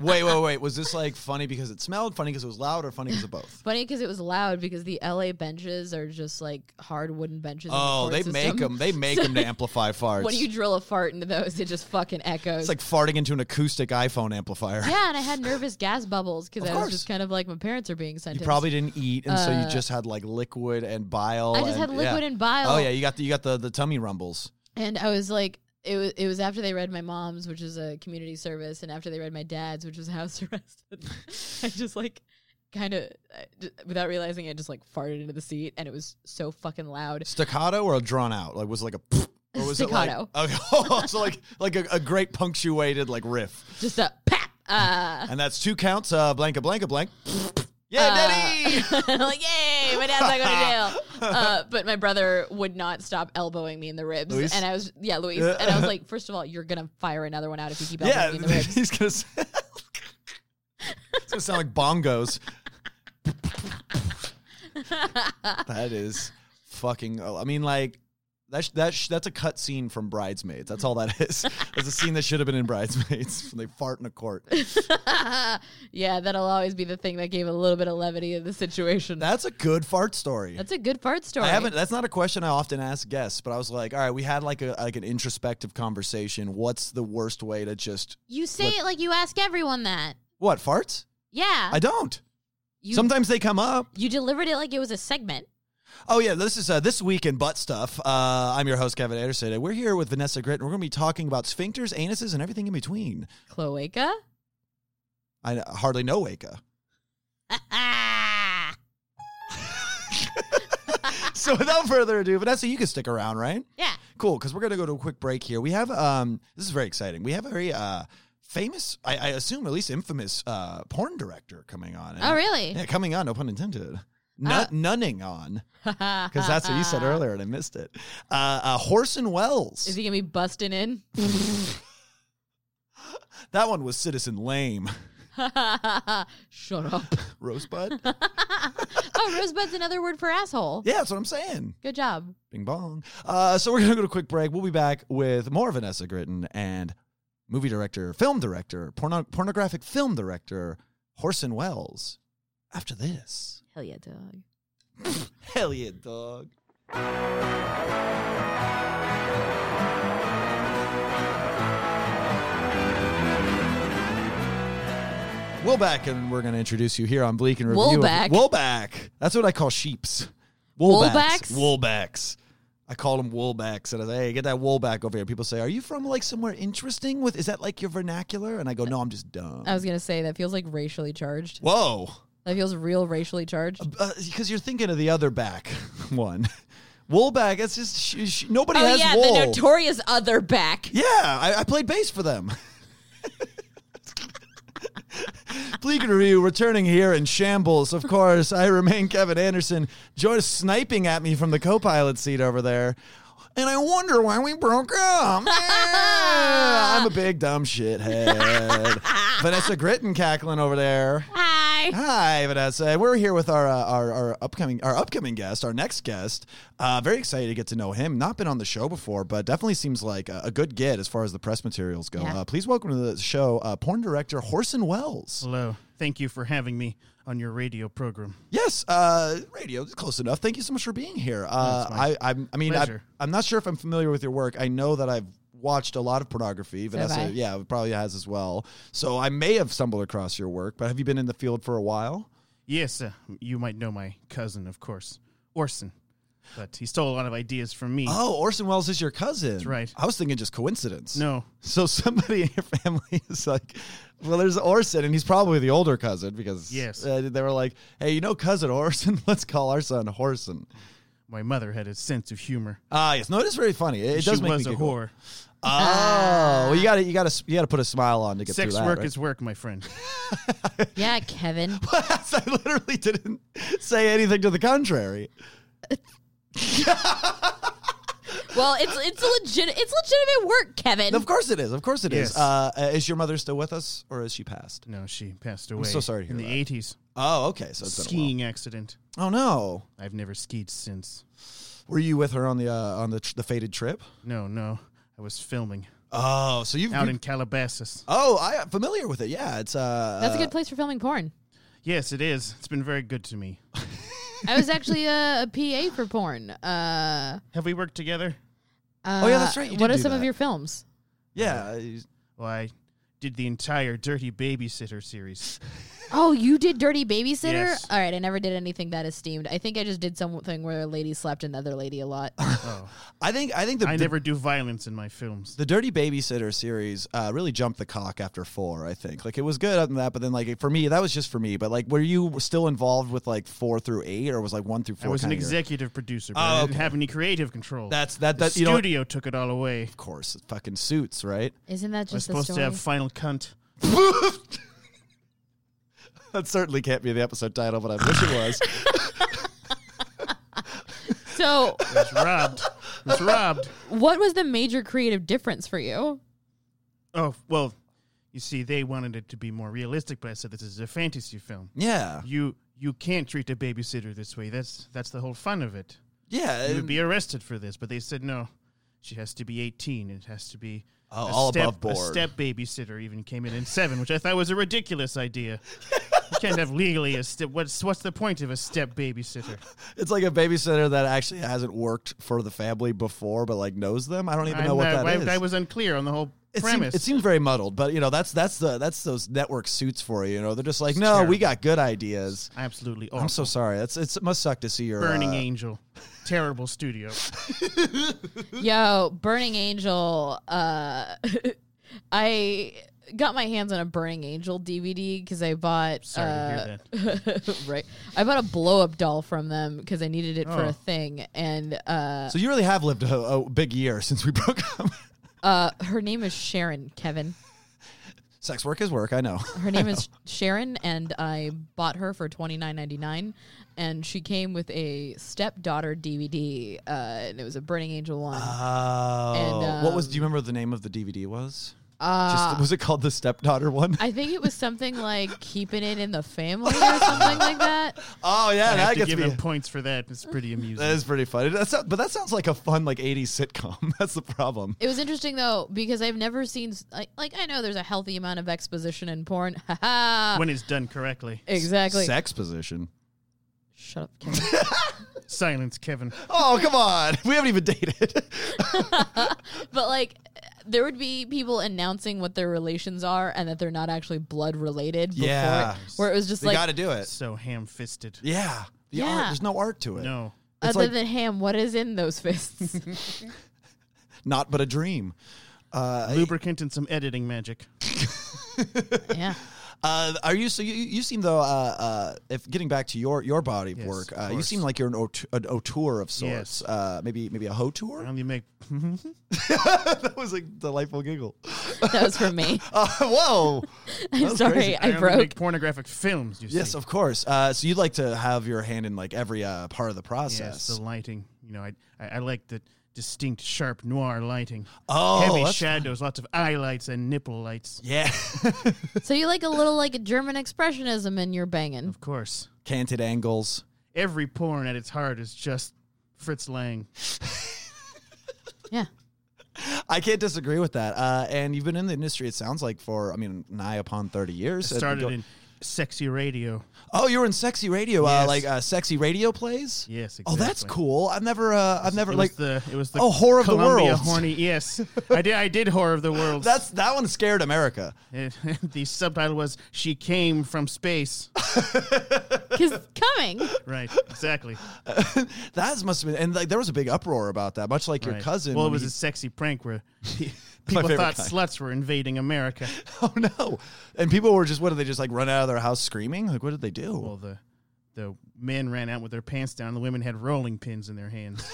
C: Wait, wait, wait. Was this like funny because it smelled, funny because it was loud, or funny because of both?
D: Funny because it was loud because the LA benches are just like hard wooden benches. in the
C: Oh,
D: court
C: they
D: system.
C: make them. They make them to amplify farts.
D: When you drill a fart into those, it just fucking echoes.
C: it's like farting into an acoustic iPhone amplifier.
D: yeah, and I had nervous gas bubbles because
C: Of
D: I was
C: course.
D: just kind of like my parents are being
C: You
D: sentenced.
C: probably didn't eat, and so you
D: Uh,
C: just had like liquid and bile.
D: I just had
C: and-
D: liquid
C: yeah.
D: and bile.
C: Oh yeah, you got the you got the the tummy rumbles.
D: and I was like, it was it was after they read my mom's, which is a community service, and after they read my dad's, which was house arrest. I just like kind of without realizing it, just like farted into the seat, and it was so fucking loud.
C: Staccato or drawn out? Like was it like a or was
D: Staccato.
C: it like okay, so like like a, a great punctuated like riff.
D: Just a pap. Uh,
C: And that's two counts. Uh, blank a blank a blank. Yeah, Daddy.
D: I'm like, yay, my dad's not going to jail. Uh, but my brother would not stop elbowing me in the ribs,
C: Luis?
D: and I was yeah, Luis,
C: Yeah.
D: and I was like, first of all, you're gonna fire another one out if you keep elbowing
C: Yeah,
D: me in the ribs.
C: he's gonna. s- it's gonna sound like bongos. that is fucking. I mean, like that's that's that's a cut scene from Bridesmaids. That's all that is. That's a scene that should have been in Bridesmaids when they fart in a court.
D: yeah, that'll always be the thing that gave a little bit of levity to the situation.
C: That's a good fart story.
D: That's a good fart story.
C: I haven't. That's not a question I often ask guests, but I was like, all right, we had like a like an introspective conversation. What's the worst way to just
D: You say it like you ask everyone that.
C: what farts?
D: Yeah.
C: I don't.
D: you,
C: Sometimes they come up.
D: you delivered it like it was a segment.
C: Oh yeah, this is uh, this week in butt stuff. Uh, I'm your host Kevin Anderson, and we're here with Vanessa Grit, and we're going to be talking about sphincters, anuses, and everything in between.
D: Cloaca?
C: I hardly know Weka.
D: yeah.
C: so without further ado, Vanessa, you can stick around, right? Cool, because we're going to go to a quick break here. We have um, this is very exciting. We have a very uh, famous, I, I assume, at least infamous uh, porn director coming on.
D: Oh, really?
C: Yeah, coming on. No pun
D: Uh,
C: intended. Nun- nunning on, because that's what you said earlier, and I missed it. Uh, uh, Horse and Wells.
D: uh. Is he going to be busting in?
C: that one was Citizen Lame.
D: Shut up.
C: Rosebud.
D: oh, Rosebud's another word for asshole.
C: Yeah, that's what I'm saying.
D: Good job.
C: Bing bong. Uh, so we're gonna go to a quick break. We'll be back with more Vanessa Gritton and movie director, film director, porno- pornographic film director Horson Wells. After this,
D: Hell yeah, dog.
C: hell yeah, dog. We're back, and we're gonna introduce you here on Bleak and Review.
D: Woolback.
C: Woolback. That's what I call sheeps. Woolbacks.
D: Woolbacks?
C: Woolbacks. I call them woolbacks, and I say, "Hey, get that woolback over here." People say, "Are you from like somewhere interesting?" With is that like your vernacular? And I go, "No, I'm just dumb."
D: I was going to say that feels like racially charged.
C: Whoa,
D: That feels real racially charged.
C: because Uh, you're thinking of the other back one, woolback. It's just sh- sh- nobody
D: Oh,
C: has
D: yeah,
C: wool.
D: the notorious other back.
C: Yeah, I, I played bass for them. Bleak and Review returning here in shambles. Of course, I remain Kevin Anderson. Joy is sniping at me from the co pilot seat over there. And I wonder why we broke up. I'm a big dumb shithead. Vanessa Gritton cackling over there.
D: Hi. Hi.
C: Hi, Vanessa. We're here with our uh, our, our upcoming our upcoming guest, our next guest. Uh, very excited to get to know him. Not been on the show before, but definitely seems like a, a good get as far as the press materials go.
D: Yeah.
C: Uh, please welcome to the show, uh, porn director Horson Wells.
E: Hello. Thank you for having me on your radio program.
C: Yes, uh, radio is close enough. Thank you so much for being here. Uh,
E: it's
C: I,
E: my
C: I'm, I mean, I,
E: pleasure.
C: I'm not sure if I'm familiar with your work. I know that I've watched a lot of pornography.
D: have
C: Vanessa,
D: I.
C: yeah, probably has as well. So I may have stumbled across your work. But have you been in the field for a while?
E: Yes, uh, you might know my cousin, of course, Orson. But he stole a lot of ideas from me.
C: Oh, Orson Welles is your cousin. That's
E: right.
C: I was thinking just coincidence.
E: No.
C: So somebody in your family is like, well, there's Orson, and he's probably the older cousin because
E: Yes.
C: uh, they were like, hey, you know, cousin Orson, let's call our son Horson.
E: My mother had a sense of humor.
C: Ah, yes. No, it is very funny. It, it
E: she
C: does make
E: was
C: me
E: a
C: giggle.
E: whore.
C: Oh, well, you got to you got to you got to put a smile on to get
E: Sex
C: through that.
E: work
C: right?
E: is work, my friend.
D: Yeah, Kevin.
C: I literally didn't say anything to the contrary.
D: Well, it's it's legit. It's legitimate work, Kevin.
C: Of course it is. Of course it is.
E: Yes.
C: Uh, uh, is your mother still with us, or is she passed?
E: No, she passed away.
C: so sorry to
E: In
C: hear
E: the 80s.
C: Oh, okay. So it's been a while.
E: Skiing accident.
C: Oh no.
E: I've never skied since.
C: Were you with her on the uh, on the tr- the fated trip?
E: No, no. I was filming
C: Oh, so you've
E: out
C: you-
E: in Calabasas.
C: oh, I am familiar with it. Yeah, it's uh,
D: That's a good place for filming porn.
E: Yes, it is. It's been very good to me.
D: I was actually a, a PA for porn. Uh,
E: Have we worked together?
D: uh,
C: Oh, yeah, that's right, you
D: what
C: did
D: are
C: do
D: some of
C: that.
D: your films?
C: Yeah, uh,
E: Well, I did the entire Dirty Babysitter series.
D: Oh, you did Dirty Babysitter?
E: Yes.
D: All right, I never did anything that esteemed. I think I just did something where a lady slapped another lady a lot.
E: Oh.
C: I think I think the
E: I
C: the,
E: never do violence in my films.
C: the Dirty Babysitter series uh, really jumped the cock after four. I think like it was good other than that, but then like for me that was just for me. But like, were you still involved with like four through eight, or was like one through
E: I
C: four?
E: was an
C: kinda your-
E: executive producer, but
C: Oh,
E: I didn't
C: okay.
E: have any creative control.
C: That's that
E: the
C: that you know. Of
E: studio took it all away.
C: course, fucking suits, right?
D: Isn't that
E: I was
D: just the
E: supposed
D: story?
E: to have final cunt.
C: That certainly can't be the episode title, but I wish it was.
D: so,
E: I was robbed. I was robbed.
D: what was the major creative difference for you?
E: Oh well, you see, they wanted it to be more realistic, but I said this is a fantasy film.
C: yeah,
E: You you can't treat a babysitter this way. That's that's the whole fun of it.
C: yeah.
E: You
C: and-
E: would be arrested for this, but they said no. She has to be eighteen. It has to be
C: Oh,
E: a
C: all
E: step,
C: above board.
E: A step babysitter even came in in seven, which I thought was a ridiculous idea. you can't have legally a step. What's what's the point of a step babysitter?
C: It's like a babysitter that actually hasn't worked for the family before, but like knows them. I don't even
E: I'm
C: know what
E: not-
C: that
E: I,
C: is.
E: I was unclear on the whole
C: it, seems,
E: premise.
C: it seems very muddled, but you know that's that's the that's those network suits for you. You know they're just like, no, we
E: terrible.
C: got good ideas.
E: absolutely awful.
C: I'm so sorry. That's it's, it must suck to see your
E: Burning E.
C: uh,
E: Angel, terrible studio.
D: Yo, Burning Angel. Uh, I got my hands on a Burning Angel DVD because I bought.
E: Sorry to hear that.
D: uh, right. I bought a blow up doll from them because I needed it for
E: Oh.
D: a thing. And uh,
C: So you really have lived a, a big year since we broke up.
D: uh, her name is Sharon, Kevin.
C: Sex work is work. I know.
D: Her name is Sharon, and I bought her for twenty nine ninety nine, and she came with a stepdaughter DVD, uh, and it was a Burning Angel one.
E: Uh.
C: Oh,
D: And,
C: what was? Do you
D: um,
C: remember what the name of the DVD was?
D: Uh,
C: Just, was it called the stepdaughter one?
D: I think it was something like keeping it in the family or something like that.
C: oh yeah,
E: I
C: that
E: have to
C: gets
E: give
C: me.
E: him points for that. It's pretty amusing.
C: That is pretty funny. That's not, but that sounds like a fun like '80s sitcom. That's the problem.
D: It was interesting though because I've never seen s- like, like I know there's a healthy amount of exposition in porn. Ha
C: Uh,
D: ha.
E: when it's done correctly.
D: Exactly.
C: Sex position.
D: Shut up, Kevin.
E: Silence, Kevin.
C: Oh come on, we haven't even dated.
D: but like there would be people announcing what their relations are and that they're not actually blood related before
C: Yeah.
D: it, where it was just
C: they
D: like
C: got to do it.
E: So ham-fisted.
C: Yeah. The
D: Yeah.
C: Art, there's no art to it.
E: No.
C: It's
D: other
C: like
D: than ham what is in those fists
C: not but a dream. Uh,
E: Lubricant and some editing magic.
D: yeah
C: uh, are you so you, you seem though uh, uh, if getting back to your your body of
E: Yes,
C: work
E: of
C: uh, you
E: course.
C: seem like you're an, aut- an auteur of sorts
E: Yes. Um,
C: uh, maybe maybe a hoe
E: I
C: tour
E: only make.
C: that was a delightful giggle
D: that was for me
C: uh, whoa
D: i'm
C: was
D: sorry
C: crazy.
E: I
D: i
E: only
D: broke
E: make pornographic films. You
C: yes
E: see.
C: of course uh, so you'd like to have your hand in like every uh, part of the
E: Yes,
C: process
E: the lighting. You know, I I, I like the distinct, sharp noir lighting.
C: Oh,
E: Heavy
C: that's-
E: shadows, lots of eye lights and nipple lights.
C: yeah.
D: So you like a little like German expressionism in your banging.
E: Of course.
C: Canted angles.
E: Every porn at its heart is just Fritz Lang.
D: Yeah.
C: I can't disagree with that. Uh, and you've been in the industry, it sounds like, for, I mean, nigh upon 30 years.
E: Started in sexy radio.
C: Oh, you were in sexy radio, uh,
E: Yes.
C: like uh, sexy radio plays?
E: Yes,
C: Oh,
E: exactly.
C: that's cool. I've never, uh, I've never,
E: It
C: like,
E: was the it was the
C: oh, horror of the
E: Columbia
C: world.
E: horny. Yes, I did. I did horror of the world.
C: that's, that one scared America.
E: It- the subtitle was "She Came from Space."
D: Because coming.
E: Right, exactly.
C: That must have been, and like, there was a big uproar about that, much like your
E: Right.
C: cousin.
E: Well, it
C: when
E: was
C: he-
E: a sexy prank where
C: My
E: people
C: favorite
E: thought
C: kind.
E: sluts were invading America.
C: Oh no! And people were just what did they just like run out of their house screaming? Like what did they do?
E: Well, the the men ran out with their pants down. The women had rolling pins in their hands,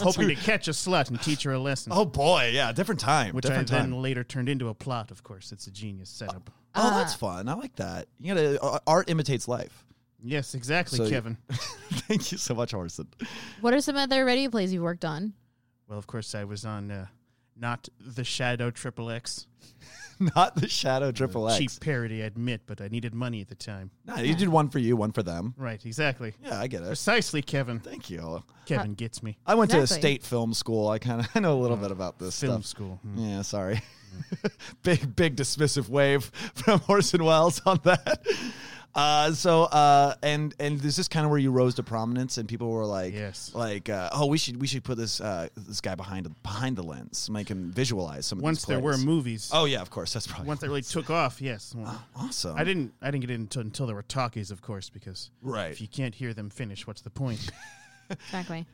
E: hoping to catch a slut and teach her a lesson.
C: oh boy, yeah, different time,
E: which I
C: different time.
E: then later turned into a plot. Of course, it's a genius setup.
C: oh, that's fun. I like that. You gotta uh, art imitates life.
E: yes, exactly,
C: So you-
E: Kevin.
C: Thank you so much, Orson.
D: What are some other radio plays you've worked on?
E: Well, of course, I was on uh, not the Shadow Triple X.
C: Not the shadow triple X.
E: Cheap parody, I admit, but I needed money at the time.
C: Nah, you did one for you, one for them.
E: Right, exactly.
C: Yeah, I get it.
E: Precisely, Kevin.
C: Thank you.
E: Kevin gets me.
C: I went to a
D: Exactly.
C: state film school. I kind of I know a little bit about this
E: Oh, Film
C: stuff.
E: school. Hmm.
C: Yeah, sorry. big, big dismissive wave from Orson Welles on that. Uh, so uh, and and this is kind of where you rose to prominence, and people were like,
E: Yes.
C: like uh, oh, we should we should put this uh, this guy behind behind the lens, make him visualize some. Of
E: Once
C: these
E: there were
C: plays.
E: movies.
C: oh Ah. yeah, of course, that's probably
E: Once they really took off, yes. Well,
C: awesome.
E: I didn't. I didn't get in until, until there were talkies, of course, because
C: Right.
E: if you can't hear them finish, what's the point?
D: Exactly.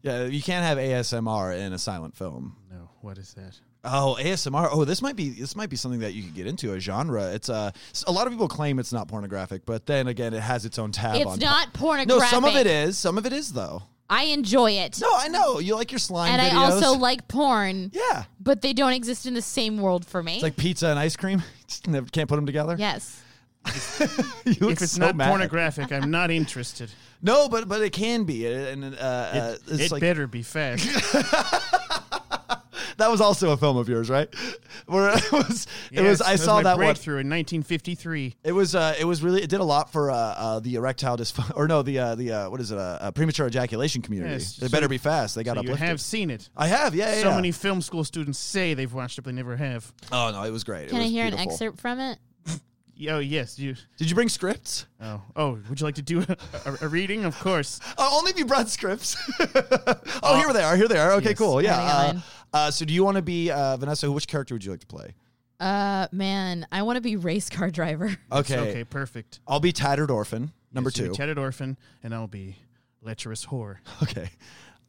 C: Yeah, you can't have ASMR in a silent film.
E: no, what is that?
C: Oh, ASMR. Oh, this might be this might be something that you could get into a genre. It's uh, s- a lot of people claim it's not pornographic, but then again, it has its own tab.
D: It's
C: on top.
D: not
C: No,
D: pornographic.
C: some of it is. Some of it is though.
D: I enjoy it.
C: No, I know you like your slime.
D: and I
C: videos.
D: also like porn,
C: yeah,
D: but they don't exist in the same world for me.
C: it's like pizza and ice cream. Just never, can't put them together.
D: yes.
C: You look
E: if it's
C: so
E: not
C: mad.
E: pornographic, I'm not interested.
C: No, but but it can be, and uh, uh, it's
E: it
C: like
E: better be fast.
C: that was also a film of yours, right? Where it was, it
E: Yes,
C: was. I
E: was
C: saw
E: my
C: that one.
E: breakthrough in 1953.
C: It was. Uh, it was really. It did a lot for uh, uh, the erectile dysfunction, or no, the uh, the uh, what is it? Uh, uh, premature ejaculation community.
E: Yes,
C: they
E: so-
C: better be fast. They got
E: So you
C: uplifted.
E: have seen it.
C: I have. Yeah, yeah.
E: So
C: Oh, yeah.
E: many film school students say they've watched it, but they never have.
C: Oh no, it was great. It
D: Can I
C: was
D: hear an
C: beautiful.
D: excerpt from it?
E: Oh yes, you.
C: Did you bring scripts?
E: Oh, oh, would you like to do a, a, a reading? Of course.
C: Uh, only if you brought scripts. oh, here they are. Here they are. Okay,
E: Yes.
C: cool. Yeah. Uh,
D: Hang on.
C: uh, so, do you want to be uh, Vanessa? Which character would you like to play?
D: Uh, man, I want to be race car driver.
C: Okay.
E: Okay, perfect.
C: I'll be tattered orphan number
E: So you're
C: two.
E: Tattered orphan, and I'll be lecherous whore.
C: okay.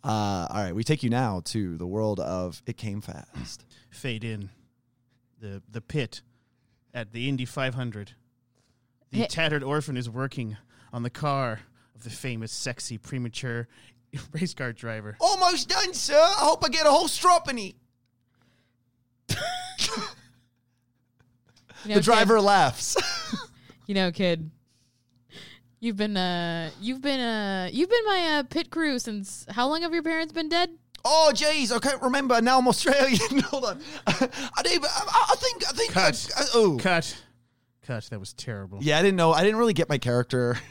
C: Uh, all right. We take you now to the world of it came fast.
E: Fade in. The the pit at the Indy 500. The
D: Hey.
E: tattered orphan is working on the car of the famous, sexy, premature race car driver.
C: Almost done, sir. I hope I get a whole stropony.
D: You know,
C: The
D: kid-
C: driver laughs.
D: you know, kid. You've been uh, you've been uh, you've been my uh, pit crew since how long have your parents been dead?
C: Oh, jeez, I can't remember. Now I'm Australian. Hold on. I do. I, I think. I think.
E: Cut.
C: I- I- oh.
E: Cut. Cut. That was terrible.
C: Yeah, I didn't know. I didn't really get my character.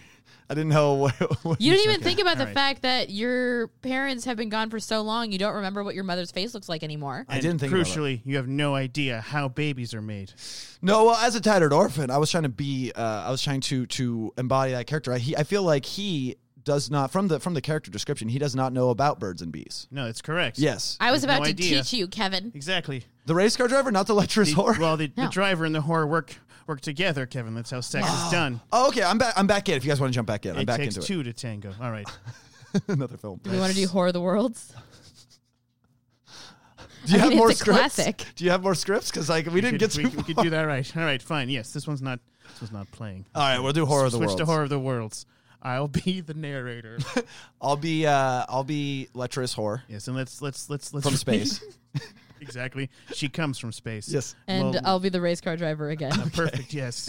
C: I didn't know what. what
D: You didn't even think about the
E: Alright.
D: fact that your parents have been gone for so long, you don't remember what your mother's face looks like anymore.
C: I didn't think. about that.
E: Crucially, you have no idea how babies are made.
C: No, well, as a tattered orphan, I was trying to be, uh, I was trying to to embody that character. I, he, I feel like he does not from the from the character description, he does not know about birds and bees.
E: No, that's correct.
C: Yes,
D: I was
E: have
D: about
E: no
D: to
E: idea.
D: teach you, Kevin.
E: Exactly.
C: the race car driver, not the lecherous
E: The-
C: whore.
E: well, the,
D: No.
E: the driver and the whore work work together, Kevin. That's how sex is done.
C: oh, okay, I'm back. I'm back in. If you guys want to jump back in, I'm
E: It
C: back
E: takes
C: into
E: two to tango. All right.
C: it. Another film.
D: Do we want to do Horror of the Worlds?
C: Do you
D: I
C: have
D: mean,
C: more
D: it's a
C: scripts?
D: classic.
C: Do you have more scripts? Because like we, didn't
E: could,
C: get
E: we,
C: to.
E: we could do that right. All right, fine. Yes, this one's not this one's not playing.
C: All right, we'll do horror of the
E: Switch
C: world.
E: to Horror of the Worlds. I'll be the narrator.
C: I'll be uh, I'll be lecherous whore
E: yes, and let's let's let's let's
C: from space.
E: exactly. She comes from space.
C: Yes.
D: And
E: Well,
D: I'll be the race car driver again.
E: perfect. Yes.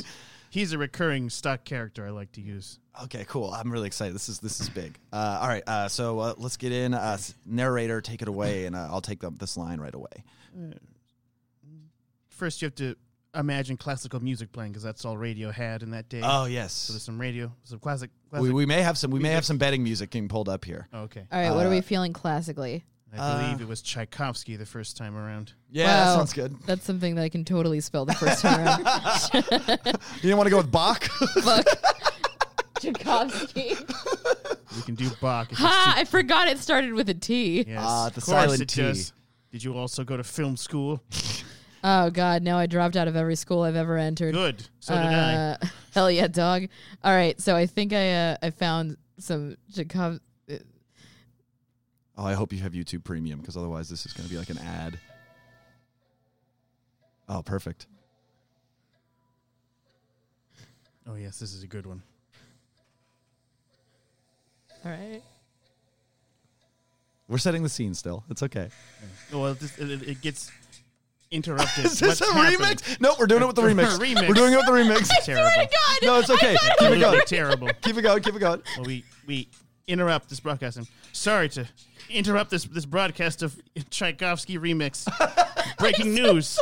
E: He's a recurring stock character I like to use.
C: Okay, cool. I'm really excited. This is this is big. Uh, all right, uh, so uh, let's get in. Uh, s- narrator, take it away, and uh, I'll take up this line right away.
E: First, you have to imagine classical music playing because that's all radio had in that day.
C: Oh
E: so there's
C: yes,
E: some radio, some classic.
C: we,
E: classic
C: we may have some we may have some betting music getting pulled up here.
E: oh, okay.
D: All right,
C: Uh,
D: what are we feeling classically?
E: I believe it was Tchaikovsky the first time around.
C: Yeah, that
D: Wow.
C: sounds good.
D: That's something that I can totally spell the first time around.
C: You didn't want to go with Bach?
D: Fuck. Tchaikovsky.
E: We can do Bach. If it's
D: Ha!
E: too-
D: I forgot it started with a T.
E: yes,
C: Ah,
E: of
C: the
E: course
C: silent
E: it
C: T.
E: does. Did you also go to film school?
D: Oh God, now I dropped out of every school I've ever entered.
E: Good. So did I.
D: Uh, hell yeah, dog. All right, so I think I uh, I found some uh, Tchaikov.
C: oh, I hope you have YouTube Premium because otherwise this is going to be like an ad. Oh, perfect.
E: Oh yes, this is a good one.
D: All right.
C: We're setting the scene still. It's okay.
E: Oh, Well, this, it, it gets interrupted.
C: Is this
E: What's
C: a
E: happened?
C: remix? No, we're doing it with the remix.
E: Remix.
C: We're doing it with the remix.
E: Terrible.
D: God.
C: No, it's okay. Keep it
E: Absolutely
C: going.
E: terrible.
C: Keep it going. Keep it going.
E: Well, we we interrupt this broadcast. I'm sorry to interrupt this this broadcast of Tchaikovsky remix. Breaking news.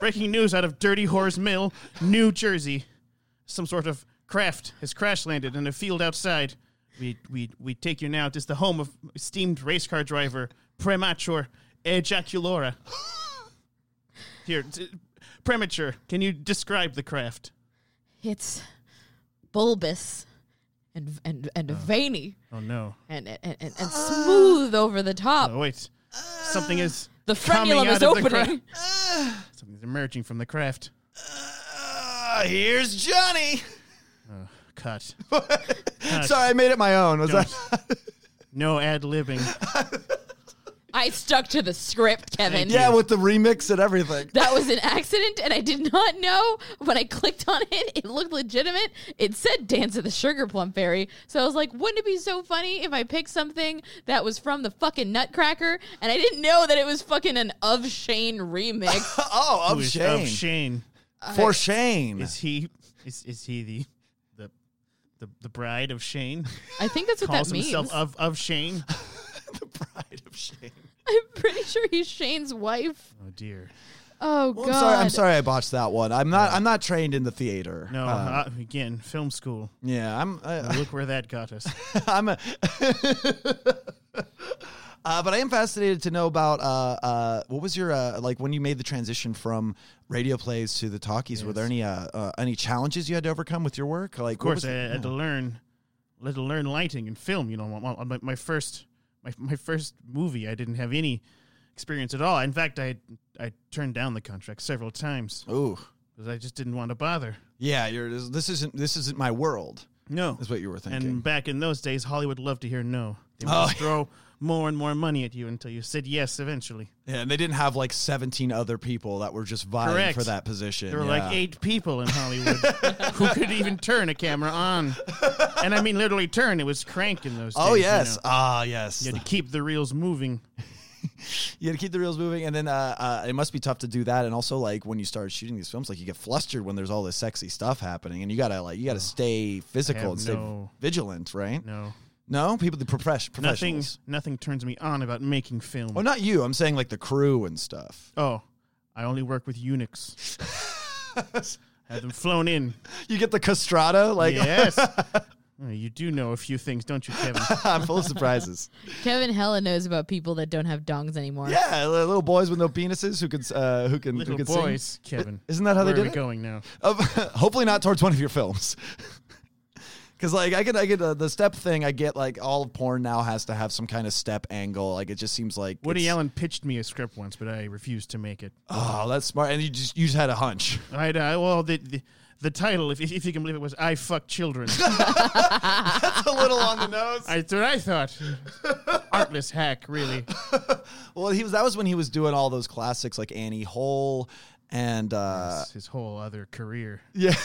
E: Breaking news out of Dirty Whore's Mill, New Jersey. Some sort of craft has crash landed in a field outside. We we we take you now to the home of esteemed race car driver Premature Ejaculora. Here, t- Premature, can you describe the craft?
D: It's bulbous and and and veiny
E: Oh no.
D: and and, and, and smooth over the top.
E: Oh wait, something is
D: Uh, the
E: coming
D: frenulum
E: out
D: is
E: of the cra-
D: opening.
E: Something's emerging from the craft.
C: Uh, here's Johnny.
E: Cut.
C: Sorry, I made it my own. Was that?
E: No ad libbing.
D: I stuck to the script, Kevin.
C: Yeah, with the remix and everything.
D: That was an accident, and I did not know. When I clicked on it, it looked legitimate. It said Dance of the Sugar Plum Fairy. So I was like, wouldn't it be so funny if I picked something that was from the fucking Nutcracker? And I didn't know that it was fucking an Of Shane remix.
C: Oh,
E: Who
C: of
E: is-
C: shame.
E: Of Shane.
C: For Shane.
E: Is he? Is is he the the the, the bride of Shane?
D: I think that's what
E: Calls
D: that means.
E: himself of of Shane.
C: the pride of shame.
D: I'm pretty sure he's Shane's wife.
E: Oh dear.
D: Oh,
C: Well,
D: God.
C: I'm sorry. I'm sorry I botched that one. I'm not. I'm not trained in the theater.
E: No.
C: Uh,
E: uh, again, film school.
C: yeah, I'm. Uh,
E: Look where that got us.
C: I'm a. Uh, but I am fascinated to know about uh, uh, what was your uh, like when you made the transition from radio plays to the talkies. Were there any uh, uh, any challenges you had to overcome with your work? Like,
E: Of course, I had to learn, had to learn lighting and film. You know, my, my, my first, my, my first movie, I didn't have any experience at all. In fact, I I turned down the contract several times
C: Ooh,
E: because I just didn't want to bother.
C: yeah. You're this, this isn't this isn't my world.
E: No,
C: Is what you were thinking.
E: and back in those days, Hollywood loved to hear no. They would
C: Oh.
E: just throw more and more money at you until you said yes. Eventually,
C: Yeah, and they didn't have like 17 other people that were just vying
E: Correct.
C: for that position.
E: there were
C: Yeah.
E: like eight people in Hollywood who could even turn a camera on, and I mean literally turn. It was crank in those.
C: Oh
E: days, you
C: yes,
E: know.
C: ah yes.
E: You had to keep the reels moving.
C: You had to keep the reels moving, and then uh, uh, it must be tough to do that. And also, like when you start shooting these films, like you get flustered when there's all this sexy stuff happening, and you gotta like you gotta stay physical and stay
E: no-
C: vigilant, right?
E: No.
C: No, people the profession
E: nothing
C: professionals.
E: nothing turns me on about making film.
C: Oh, not you. I'm saying like the crew and stuff.
E: Oh, I only work with eunuchs. Have them flown in.
C: You get the castrato, like
E: yes. Oh, you do know a few things, don't you, Kevin?
C: I'm full of surprises.
D: Kevin Hella knows about people that don't have dongs anymore.
C: yeah, li- little boys with no penises who can s- uh, who can
E: Little
C: who can
E: boys,
C: sing.
E: Kevin.
C: Isn't that how
E: Where
C: they
E: are
C: did
E: we
C: it?
E: going now?
C: of hopefully not towards one of your films. Cause like I get I get uh, the step thing I get like all of porn now has to have some kind of step angle like it just seems like
E: Woody
C: it's-
E: Allen pitched me a script once, but I refused to make it.
C: oh that's smart and you just you just had a hunch
E: I uh, well the. the the title, if, if you can believe it, was "I Fuck Children."
C: a little on the nose
E: I, that's what I thought. Artless hack, really.
C: well he was that was when he was doing all those classics like Annie Hole and uh,
E: That's his whole other career.
C: yeah,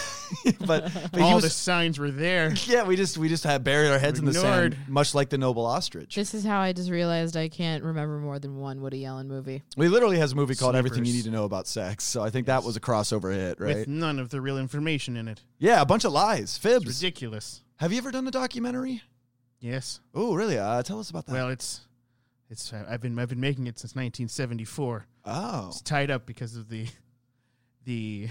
C: but, but he
E: All
C: was,
E: the signs were there.
C: yeah, we just we just had buried our heads in the sand,
E: Ignored.
C: much like the noble ostrich.
D: This is how I just realized I can't remember more than one Woody Allen movie.
C: We literally has a movie called Everything You Need
E: Sleepers.
C: to Know About Sex, so I think that was a crossover hit, right?
E: With none of the real information in it.
C: yeah, a bunch of lies,
E: It's
C: fibs.
E: ridiculous.
C: Have you ever done a documentary?
E: Yes.
C: Oh, really? Uh, tell us about that.
E: Well, it's it's I- I've been I've been making it since 1974.
C: oh,
E: It's tied up because of the the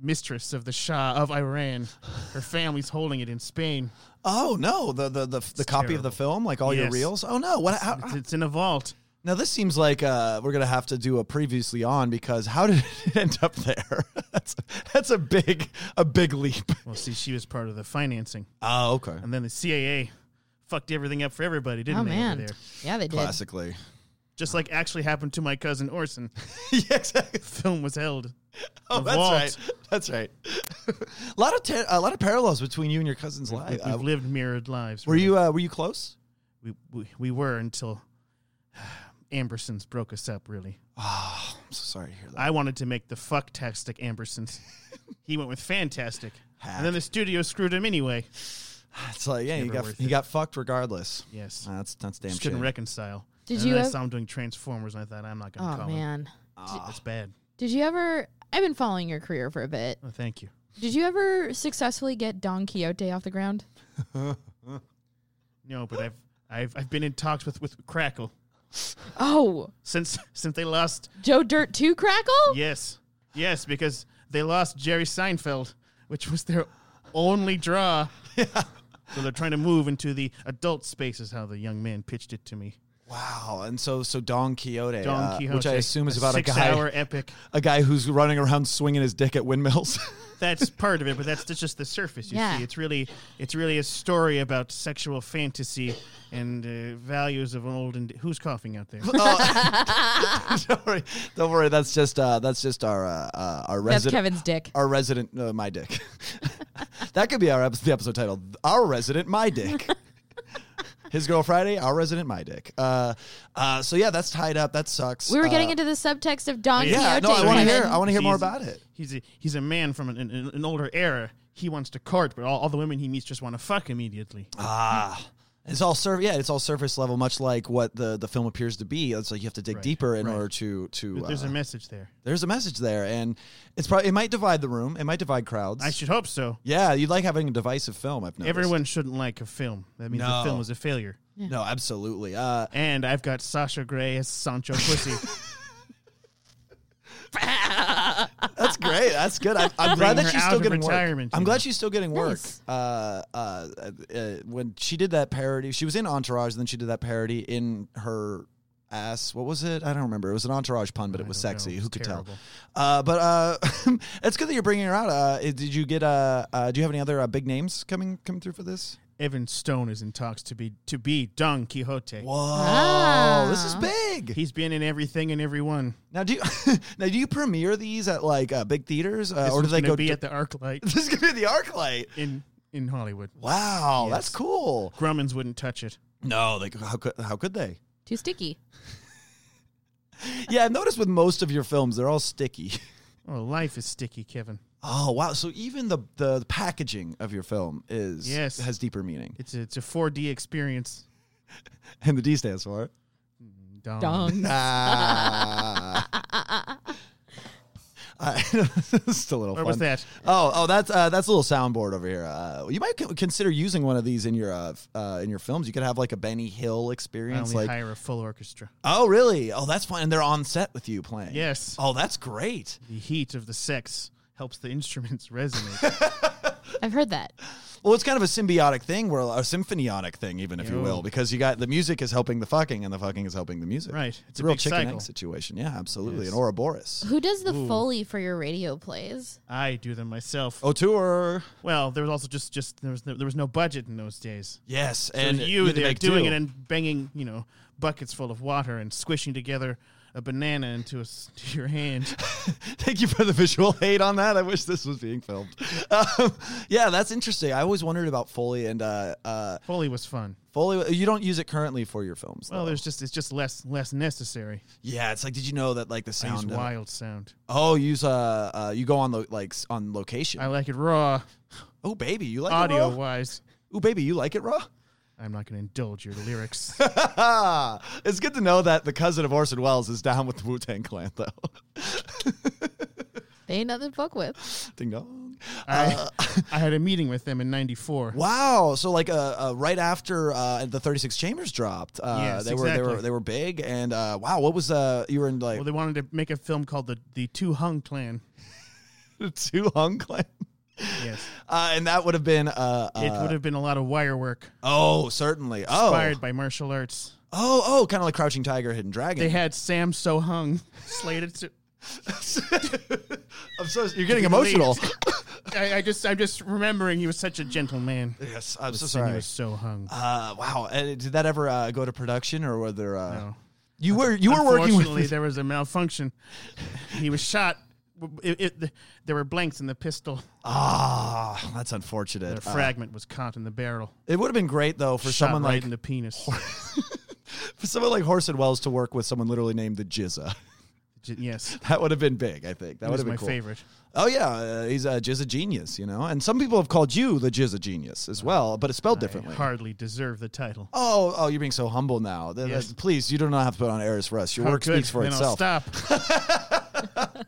E: mistress of the Shah of Iran. Her family's holding it in Spain.
C: oh no, the the the, the copy of the
E: terrible.
C: film, like all your
E: Yes.
C: reels. Oh no, what? How,
E: It's, it's in a vault.
C: now this seems like uh, we're gonna have to do a previously on because how did it end up there? that's that's a big a big leap.
E: Well, see, she was part of the financing,
C: Oh, okay.
E: and then the CAA fucked everything up for everybody, didn't
D: oh
E: they? over
D: man,
E: there?
D: yeah, they did.
C: Classically,
E: Just like actually happened to my cousin Orson.
C: yeah, exactly.
E: Film was held.
C: Oh,
E: The
C: that's
E: vault.
C: right. That's right. a lot of ter- a lot of parallels between you and your cousin's life. Uh,
E: We've, we've lived mirrored lives.
C: were
E: really.
C: you uh, were you close?
E: We, we, we were until Ambersons broke us up. Really,
C: Oh, I'm so sorry to hear that.
E: I wanted to make the fucktastic Ambersons. he went with fantastic,
C: Hack.
E: and then the studio screwed him anyway.
C: It's like yeah, he
E: never
C: got
E: worth
C: he
E: it.
C: got fucked regardless.
E: Yes,
C: Uh, that's that's damn
E: just couldn't
C: shame.
E: reconcile.
D: Did
E: and
D: you
E: Then I
D: have-
E: saw him doing Transformers, and I thought I'm not going to
D: Oh
E: call him.
D: man,
E: That's bad.
D: did you ever? I've been following your career for a bit.
E: Oh, thank you.
D: Did you ever successfully get Don Quixote off the ground?
E: No, but I've I've I've been in talks with with Crackle
D: Oh,
E: since since they lost.
D: Joe Dirt two Crackle.
E: Yes, yes, because they lost Jerry Seinfeld, which was their only draw. So they're trying to move into the adult space, is how the young man pitched it to me.
C: Wow, and so so Don Quixote,
E: Don
C: uh,
E: Quixote,
C: which I assume is about a guy
E: six-hour epic.
C: a guy who's running around swinging his dick at windmills.
E: That's part of it, but that's that's just the surface. You
D: Yeah.
E: see, it's really it's really a story about sexual fantasy and uh, values of an old. And who's coughing out there?
C: don't worry, don't worry. That's just uh, that's just our uh, uh, our
D: That's
C: resident
D: Kevin's dick.
C: our resident uh, my dick. that could be our episode, the episode title. Our resident my dick. His girl Friday, our resident my dick. Uh, uh, so yeah, that's tied up. That sucks.
D: We were getting
C: Uh,
D: into the subtext of Don
C: Yeah,
D: Quixote.
C: no, I want to
D: Kevin.
C: hear. I want to hear more
E: He's-
C: about it.
E: He's a, he's a man from an, an, an older era. He wants to court, but all, all the women he meets just want to fuck immediately.
C: Ah. It's all surf, yeah. It's all surface level, much like what the, the film appears to be. It's like you have to dig deeper in order to to.
E: But there's
C: uh,
E: a message there.
C: there's a message there, and it's probably it might divide the room. It might divide crowds.
E: I should hope so.
C: yeah, you'd like having a divisive film. I've noticed.
E: Everyone shouldn't like a film. That means
C: No.
E: the film was a failure.
C: no, absolutely. Uh,
E: And I've got Sasha Grey as Sancho Pussy.
C: that's great. That's good. I, I'm
E: Bring
C: glad that
E: her
C: she's
E: out
C: still
E: of
C: getting
E: retirement,
C: work. I'm
E: you
C: glad
E: know.
C: she's still getting work.
D: Nice.
C: Uh, uh, uh, when she did that parody, she was in Entourage, and then she did that parody in her ass. What was it? I don't remember. It was an Entourage pun, but it was
E: don't know.
C: sexy.
E: It was
C: Who could
E: terrible.
C: tell? Uh, but uh, it's good that you're bringing her out. Uh, did you get? Uh, uh, do you have any other uh, big names coming coming through for this?
E: Evan Stone is in talks to be to be Don Quixote.
C: Whoa, this is big.
E: He's been in everything and everyone.
C: Now do you now do you premiere these at like uh, big theaters, uh,
E: This
C: or do
E: one's
C: they
E: gonna
C: go?
E: be
C: di-
E: at the ArcLight
C: this is gonna be the ArcLight.
E: in in Hollywood?
C: Wow,
E: Yes.
C: that's cool.
E: Grumman's wouldn't touch it.
C: No, they, how could how could they?
D: Too sticky.
C: Yeah, I've noticed with most of your films, they're all sticky.
E: Oh, life is sticky, Kevin.
C: Oh wow! So even the the packaging of your film is
E: Yes.
C: has deeper meaning,
E: It's a, it's a 4D experience.
C: and the D stands for it. Oh.
E: Don.
D: Dong.
C: Ah. I- it's a little.
E: What was
C: fun.
E: that?
C: Oh, oh, that's uh, that's a little soundboard over here. Uh, you might co- consider using one of these in your uh, f- uh, in your films. You could have like a Benny Hill
E: I
C: experience. Like,
E: only hire a full orchestra.
C: oh, really? Oh, that's fun. And they're on set with you playing.
E: Yes.
C: Oh, that's great.
E: The heat of the sex helps the instruments resonate.
D: I've heard that.
C: Well, it's kind of a symbiotic thing, where a symphonionic thing, even if you
E: Yeah.
C: will, because you got the music is helping the fucking, and the fucking is helping the music.
E: Right.
C: It's
E: It's
C: a
E: a
C: real
E: big
C: chicken
E: cycle.
C: egg situation. Yeah, absolutely.
E: Yes.
C: An Ouroboros.
D: Who does the foley for your radio plays?
E: I do them myself.
C: Oh. O'Toole.
E: Well, there was also just just there was no, there was no budget in those days.
C: Yes,
E: So
C: and
E: you
C: had to
E: there
C: make
E: doing
C: do.
E: it and banging you know buckets full of water and squishing together a banana into a s to your hand.
C: Thank you for the visual aid on that. I wish this was being filmed. Um, yeah, that's interesting. I always wondered about Foley and uh, uh,
E: Foley was fun.
C: Foley. You don't use it currently for your films.
E: Well,
C: though.
E: there's just it's just less less necessary.
C: yeah, it's like did you know that like the
E: I use
C: sound? of-
E: wild sound.
C: oh, you use uh, uh, you go on the like s- on location.
E: I like it raw,
C: oh baby, you like
E: audio
C: It raw?
E: wise.
C: Oh baby, you like it raw?
E: I'm not going to indulge your lyrics.
C: Uh, it's good to know that the cousin of Orson Welles is down with the Wu Tang Clan though.
D: They ain't nothing to fuck with.
C: Ding dong.
E: I, I had a meeting with them in '94.
C: Wow! So like uh, uh right after uh the 36 Chambers dropped, uh
E: Yes,
C: they were they were
E: exactly.
C: they were big and uh wow, what was uh you were in like
E: Well, they wanted to make a film called the the Two Hung Clan.
C: two hung clan.
E: Yes,
C: Uh, and that would have been uh,
E: it
C: uh
E: would have been a lot of wire work
C: oh certainly oh
E: inspired by martial arts.
C: oh oh kind of like Crouching Tiger, Hidden Dragon.
E: They had Sam So Hung slated to.
C: I'm so you're getting emotional.
E: I, I just I'm just remembering he was such a gentleman.
C: yes, I'm so
E: And he
C: sorry.
E: was so hung.
C: Uh, wow, uh, did that ever uh, go to production or were there? Uh,
E: No.
C: You were you were working
E: Unfortunately,
C: with
E: there was a malfunction. He was shot. It, it, there were blanks in the pistol.
C: ah, that's
E: The
C: unfortunate. Uh,
E: fragment was caught in the barrel.
C: it would have been great though for
E: Shot
C: someone
E: right
C: like
E: in the penis.
C: for someone like Horse and Wells to work with someone literally named the Jizza.
E: J- yes,
C: That would have been big, I think. That
E: that
C: would
E: was
C: have been
E: my
C: cool.
E: favorite.
C: Oh yeah, uh, he's a jizz a genius, you know. And some people have called you the jizz a genius as well, but it's spelled
E: I
C: differently.
E: hardly deserve the title.
C: Oh, oh, you're being so humble now. Th- th-
E: Yes.
C: Please, you do not have to put on airs for us. Your
E: Oh,
C: work
E: good.
C: speaks for
E: then I'll
C: itself.
E: stop.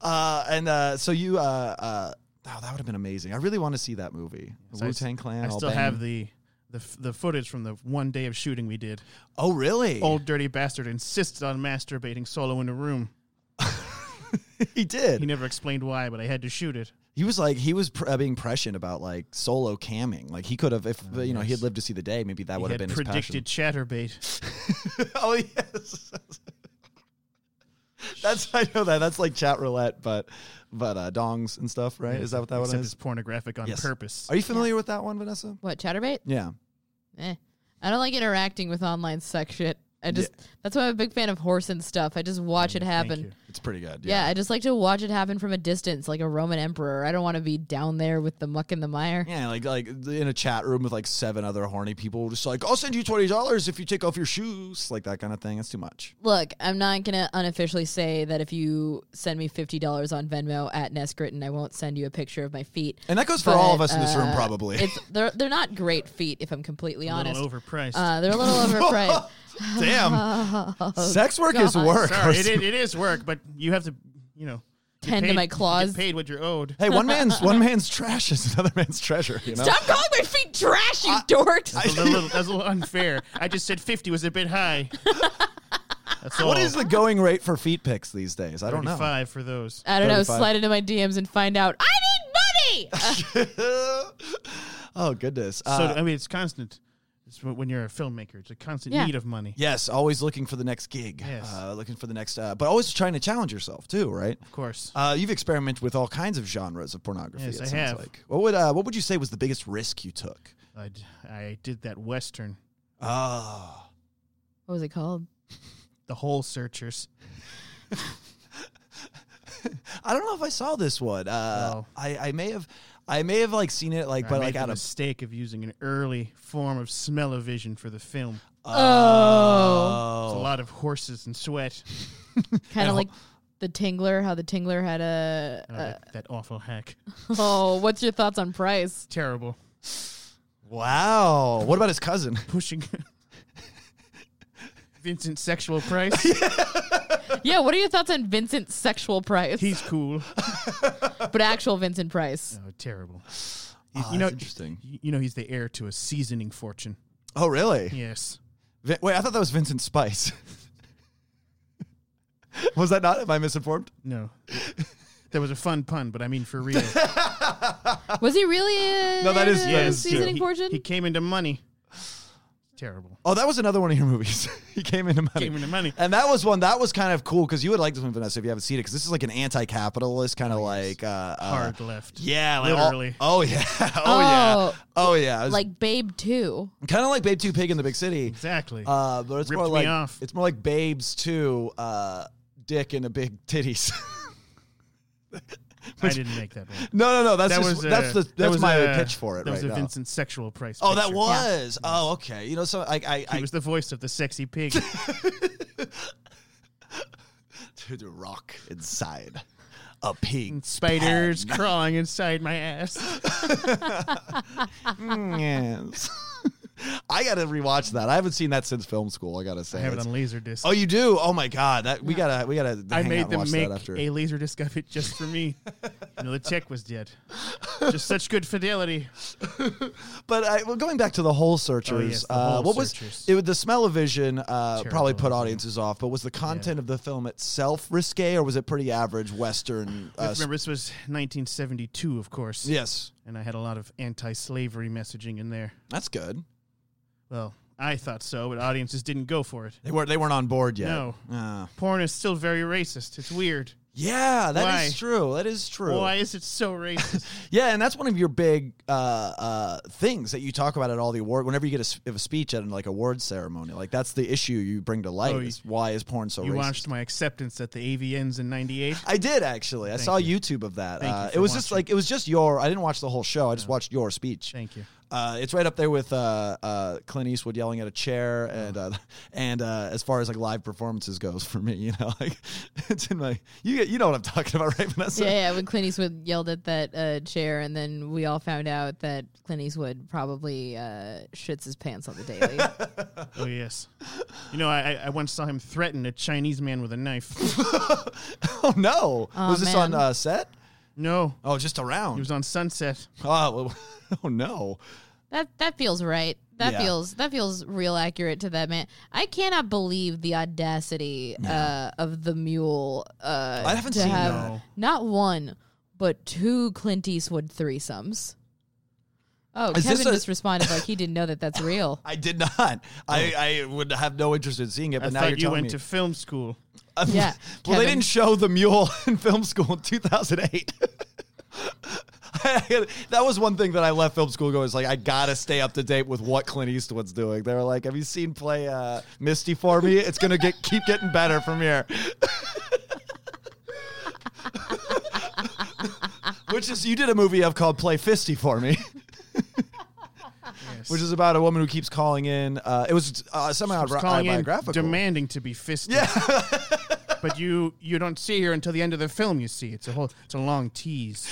C: Uh, and uh, so you, uh, uh, oh, that would have been amazing. I really want to see that movie,
E: I
C: Wu Tang Clan.
E: I
C: all
E: still
C: banging.
E: have the, the f- the footage from the one day of shooting we did.
C: Oh, really?
E: Old dirty bastard insisted on masturbating solo in the room.
C: he did.
E: He never explained why, but I had to shoot it.
C: He was like he was pr- uh, being prescient about like solo camming. Like he could have, if uh, you know, he had lived to see the day. Maybe that
E: Oh, He
C: would have
E: had
C: been
E: predicted chatterbait.
C: his passion. oh yes, that's I know that that's like chat roulette, but but uh, dongs and stuff, right? Is that what that one
E: Except
C: is?
E: it's pornographic on
C: Yes.
E: purpose.
C: Are you familiar with that one, Vanessa?
D: What, chatterbait?
C: Yeah.
D: Eh. I don't like interacting with online sex shit. I just that's why I'm a big fan of horse and stuff. I just watch it happen.
E: you.
C: It's pretty good.
D: Yeah, I just like to watch it happen from a distance, like a Roman emperor. I don't want to be down there with the muck in the mire.
C: Yeah, like like in a chat room with like seven other horny people, just like I'll send you twenty dollars if you take off your shoes, like that kind of thing. It's too much.
D: Look, I'm not gonna unofficially say that if you send me fifty dollars on Venmo at Nesgritton, I won't send you a picture of my feet.
C: And that goes for all of
D: But,
C: us in this room,
D: uh,
C: probably.
D: It's they're they're not great feet, if I'm completely
E: A
D: honest.
E: little overpriced.
D: Uh, they're a little overpriced.
C: Damn, sex work is
D: God.
C: work.
E: Sorry, it, it, it is work, but you have to, you know, you
D: Tend to
E: paid-
D: my
E: you get
D: claws.
E: paid what you're owed.
C: Hey, one man's one man's trash is another man's treasure. You know.
D: Stop calling my feet trash, you dorks!
E: That's a little, that's a little unfair. I just said 50 was a bit high. That's all.
C: What is the going rate for feet pics these days? I don't know.
E: 35 for those.
D: I don't know.
C: 35.
D: Slide into my DMs and find out. I need money. Uh,
C: oh goodness. Uh,
E: So I mean, it's constant. It's wh- when you're a filmmaker, it's a constant
D: Yeah.
E: need of money.
C: yes, always looking for the next gig.
E: Yes.
C: Uh, looking for the next, uh, but always trying to challenge yourself too, right?
E: Of course,
C: Uh, you've experimented with all kinds of genres of pornography.
E: Yes,
C: it
E: I
C: sounds
E: have.
C: Like. What would uh, what would you say was the biggest risk you took?
E: I, d- I did that western,
C: Ah,
D: what was it called?
E: the hole searchers.
C: I don't know if I saw this one. Uh,
E: Oh.
C: I I may have, I may have like seen it like,
E: I
C: but
E: made
C: like
E: the
C: out of
E: mistake of using an early form of smell-o-vision for the film.
D: Oh,
E: It's a lot of horses and sweat.
D: kind of like the Tingler. How the Tingler had a.
E: Oh, that, that awful hack.
D: Oh, what's your thoughts on price?
E: Terrible.
C: wow. What about his cousin?
E: Pushing Vincent Sexual Price.
D: Yeah, what are your thoughts on Vincent's sexual price?
E: He's cool.
D: but actual Vincent Price.
E: Oh, terrible.
C: Ah,
E: you know,
C: that's interesting.
E: y- You know, he's the heir to a seasoning fortune.
C: Oh really?
E: Yes.
C: Vin- Wait, I thought that was Vincent Spice. was that not? Am I misinformed?
E: No. That was a fun pun, but I mean for real.
D: Was he really? A,
C: No, that is-
D: a
C: that is true.
D: seasoning
E: he,
D: fortune.
E: he came into money. terrible.
C: Oh, that was another one of your movies. he came into money.
E: Came into money.
C: And that was one that was kind of cool because you would like this one, Vanessa, if you haven't seen it, because this is like an anti-capitalist kind of like uh, uh,
E: Oh, Hard left.
C: Yeah, like all-
E: Literally.
C: oh yeah. Oh, yeah.
D: Oh.
C: Oh yeah. It was
D: like Babe Two.
C: kind of like Babe Two Pig in the Big City.
E: Exactly.
C: Uh, but it's
E: Ripped
C: more
E: me
C: like
E: off.
C: it's more like Babes Two, uh, Dick and the Big Titties.
E: I didn't make that one.
C: no, no, no. That's
E: That
C: just,
E: was a,
C: that's the that's
E: that was
C: my
E: a-
C: pitch for it
E: That
C: right
E: was a
C: now.
E: Vincent sexual price.
C: oh, that
E: picture.
C: was. Oh, okay. You know, so I, I,
E: He
C: I
E: was the voice of the sexy pig.
C: to the rock inside a pig.
E: Spiders crawling inside my ass.
C: yes. I got to rewatch that. I haven't seen that since film school. I got to say.
E: I have it
C: It's-
E: on Laserdisc.
C: oh, you do? Oh my god, that we gotta we gotta.
E: I
C: hang out
E: made
C: and
E: them
C: watch
E: make
C: that after.
E: a Laserdisc of it just for me. you know, the tech was dead. Just such good fidelity.
C: But I, well, going back to the hole searchers,
E: Oh, yes, the
C: uh,
E: hole
C: what was
E: searchers.
C: it? was- The smell of vision uh,
E: Terrible
C: probably put
E: idea.
C: audiences off. But was the content of the film itself risque, or was it pretty average Western? Uh, s-
E: Remember, this was 1972, of course.
C: yes,
E: And I had a lot of anti slavery messaging in there.
C: that's good.
E: Well, I thought so, but audiences didn't go for it.
C: They weren't they weren't on board yet.
E: No.
C: Uh,
E: Porn is still very racist. It's weird.
C: yeah, that is
E: Why?
C: true. That is true.
E: Why is it so racist?
C: Yeah, and that's one of your big uh, uh, things that you talk about at all the award. Whenever you get a, s- give a speech at an, like award ceremony, like that's the issue you bring to light.
E: Oh,
C: is why is porn so
E: you
C: racist?
E: watched my acceptance at the AVNs in 98.
C: I did actually. I saw YouTube of that.
E: Thank you
C: Uh,
E: for
C: it was just
E: watching.
C: like it was just your. I didn't watch the whole show. I just watched your speech.
E: Thank you.
C: Uh, it's right up there with uh, uh, Clint Eastwood yelling at a chair, and uh, and uh, as far as like live performances goes for me, you know, like it's in my. You get- you know what I'm talking about, right, Vanessa?
D: Yeah, yeah. When Clint Eastwood yelled at that uh, chair, and then we all found out that Clint Eastwood probably uh, shits his pants on the daily.
E: Oh, yes. You know, I, I- I once saw him threaten a Chinese man with a knife.
C: Oh no!
D: Aw,
C: was this on
D: man.
C: uh, set?
E: No,
C: Oh, just around.
E: he was on Sunset.
C: Oh, well, oh no.
D: that that feels right. That
C: Yeah.
D: feels that feels real accurate to that man. I cannot believe the audacity uh, of the mule. Uh,
C: I haven't
D: to
C: seen
D: have
E: that. No.
D: not one but two Clint Eastwood threesomes. Oh,
C: Is this
D: Kevin
C: a-
D: just responded like he didn't know that that's real.
C: I did not. I, I would have no interest in seeing it,
E: Oh. I
C: but now
E: thought
C: you're
E: you
C: telling
E: went
C: me.
E: to film school.
C: Um,
D: Yeah,
C: Well, they
D: Kevin.
C: didn't show the mule in film school in 2008. I- that was one thing that I left film school going. It's like I gotta stay up to date with what Clint Eastwood's doing. They were like, "Have you seen play uh, Misty for me? It's gonna get keep getting better from here." Which is you did a movie of called Play Fisty for me.
E: Yes.
C: which is about a woman who keeps calling in. Uh, it was uh, somehow
E: Just calling in
C: autobiographical.
E: demanding to be fisted.
C: Yeah.
E: but you you don't see her until the end of the film. You see, it's a whole it's a long tease.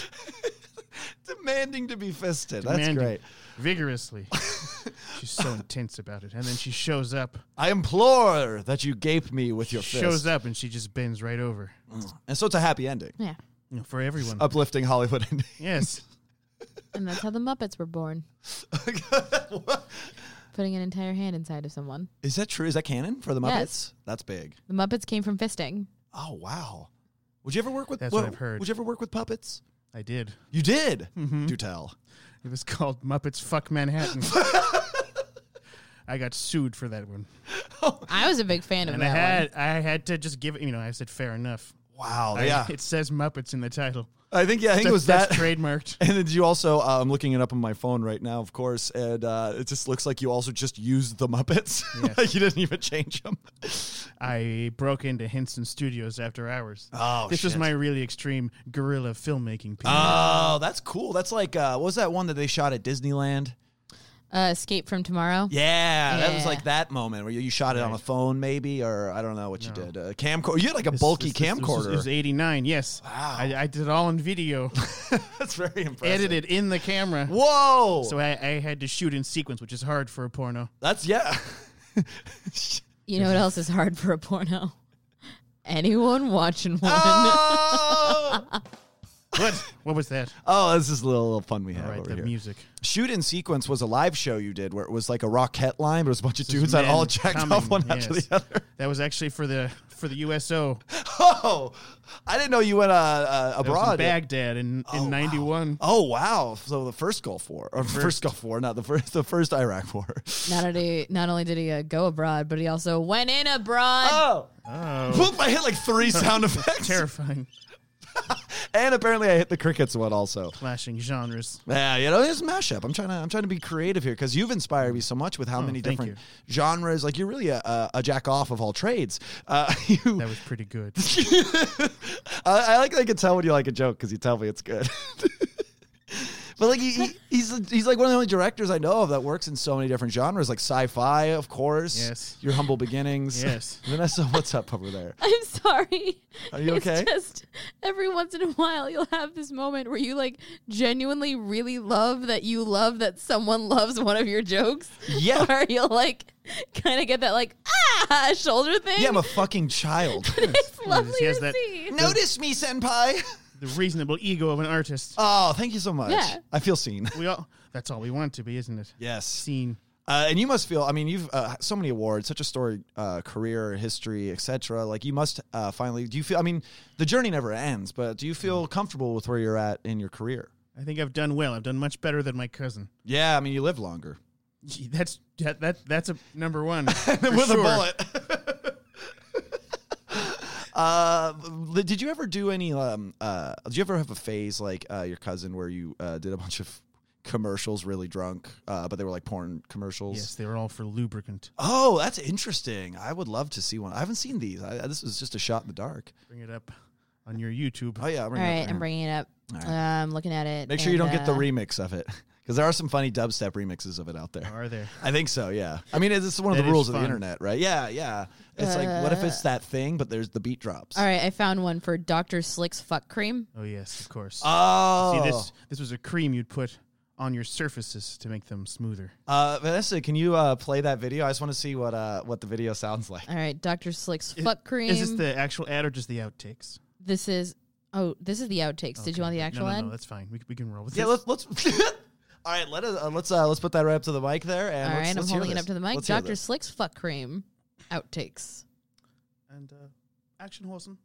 C: demanding to be fisted. That's
E: Demanding
C: great.
E: Vigorously, she's so intense about it, and then she shows up.
C: I implore that you gape me with your fist. Mm.
E: shows Hmm. up, and she just bends right over
C: And so it's a happy ending.
D: Yeah,
E: You know, for everyone.
C: Uplifting Hollywood ending.
E: Yes,
D: and that's how the Muppets were born. Putting an entire hand inside of someone.
C: Is that true? Is that canon for the Muppets?
D: Yes.
C: That's big.
D: The Muppets came from fisting.
C: Oh wow. Would you ever work with?
E: That's what I've heard. Mm-hmm.
C: Would you ever work with puppets?
E: I did.
C: You did. Do tell.
E: It was called Muppets Fuck Manhattan. I got sued for that one,
D: I was a big fan of
E: and I
D: that
E: had
D: one.
E: I had to just give it. You know, I said fair enough.
C: Wow.
E: I-
C: Oh, yeah.
E: it says Muppets in the title.
C: I think. Yeah. I think it was
E: That's-
C: that.
E: that's trademarked.
C: And then you also, uh, I'm looking it up on my phone right now, of course, and uh, it just looks like you also just used the Muppets.
E: Yes.
C: like you didn't even change them.
E: I broke into Henson Studios after hours.
C: Oh,
E: this was
C: shit.
E: my really extreme guerrilla filmmaking period.
C: Oh, that's cool. That's like, uh, what was that one that they shot at Disneyland?
D: Uh, Escape from Tomorrow.
C: Yeah, that was
D: Yeah.
C: like that moment where you, you shot it on a phone, maybe, or I don't know what you did. A camcorder. You had like a
E: This-
C: bulky
E: this- this- this was-
C: camcorder.
E: It was 89, yes.
C: Wow.
E: I, I did it all in video,
C: that's very impressive.
E: edited in the camera.
C: Whoa.
E: So I, I had to shoot in sequence, which is hard for a porno.
C: that's yeah.
D: You know what else is hard for a porno? Anyone watching one.
C: Oh!
E: What? What was that?
C: Oh, this is a little, little fun we
E: All
C: have
E: right,
C: over
E: the
C: here.
E: music.
C: Shoot in Sequence was a live show you did where it was like a Rockette line, but it was a bunch of
E: This is
C: dudes that all
E: men
C: jacked
E: coming,
C: off one after
E: yes.
C: the other.
E: That was actually for the for the USO.
C: Oh, I didn't know you went uh, uh,
E: That was in
C: abroad.
E: Baghdad in
C: Oh, wow.
E: in '91.
C: Oh wow! So the first Gulf War, or first, Gulf War, not the first, the first Iraq War.
D: Not only not only did he uh, go abroad, but he also went in abroad.
C: Oh,
E: Oh,
C: Whoop, I hit like three sound effects,
E: terrifying!
C: and apparently I hit the crickets one also.
E: Clashing genres.
C: Yeah, you know, it's a mashup. I'm trying to I'm trying to be creative here because you've inspired me so much with how many
E: Oh, thank
C: different genres. Like you're really a, a, a jack off of all trades. Uh, you,
E: That was pretty good.
C: I, I like I can tell when you like a joke because you tell me it's good. But like he, he- he's he's like one of the only directors I know of that works in so many different genres, like sci-fi, of course.
E: Yes.
C: Your humble beginnings.
E: Yes.
C: Vanessa, what's up over there?
D: I'm sorry.
C: Are you
D: It's
C: okay?
D: just every once in a while you'll have this moment where you like genuinely really love that you love that someone loves one of your jokes.
C: Yeah.
D: Or you'll like kind of get that like ah shoulder thing.
C: Yeah, I'm a mm, fucking child.
D: it's lovely
E: He has
D: to
E: that-
D: see.
C: Notice me, senpai.
E: The reasonable ego of an artist.
C: Oh, thank you so much.
D: Yeah.
C: I feel seen.
E: We all. That's all we want to be, isn't it?
C: Yes.
E: Seen.
C: Uh, and you must feel. I mean, you've uh, so many awards, such a storied uh, career, history, etc. Like you must uh, finally. Do you feel? I mean, the journey never ends. But do you feel comfortable with where you're at in your career?
E: I think I've done well. I've done much better than my cousin.
C: Yeah, I mean, you live longer
E: Gee, that's that, that that's a number one for
C: with a
E: sure.
C: bullet. Uh, li- did you ever do any? Um, uh, did you ever have a phase like uh, your cousin where you uh, did a bunch of commercials really drunk, uh, but they were like porn commercials?
E: Yes, they were all for lubricant.
C: Oh, that's interesting. I would love to see one. I haven't seen these. I, I- this was just a shot in the dark.
E: Bring it up on your YouTube.
C: Oh yeah, I'll
D: All
C: bring it up
D: right,
C: there.
D: I'm bringing it up.
C: All right.
D: I'm looking at it.
C: Make sure you don't
D: and,
C: get the
D: uh,
C: remix of it because there are some funny dubstep remixes of it out there.
E: Are there?
C: I think so. Yeah. I mean, it's it's one of
E: That
C: the
E: is
C: rules of the
E: fun.
C: internet, right? Yeah, yeah. It's like what if
D: Uh,
C: it's that thing, but there's the beat drops.
D: All right, I found one for Dr. Slick's fuck cream.
E: Oh yes, of course.
C: Oh,
E: See this this was a cream you'd put on your surfaces to make them smoother.
C: Uh, Vanessa, can you uh, play that video? I just want to see what uh, what the video sounds like.
D: All right, Dr. Slick's
E: Is-
D: fuck cream.
E: Is this the actual ad or just the outtakes?
D: This is oh, this is the outtakes. Did you want the
E: Okay,
D: actual
E: no, no,
D: ad?
E: No, that's fine. We, we can roll with
C: Yeah,
E: this.
C: let's let's. All right, let us uh, let's uh, let's put that right up to the mic there. And
D: All
C: let's,
D: right, I'm
C: let's hear
D: holding it
C: this.
D: up to the mic.
C: Let's hear
D: Dr.
C: this.
D: Slick's fuck cream outtakes.
E: and uh, action wholesome.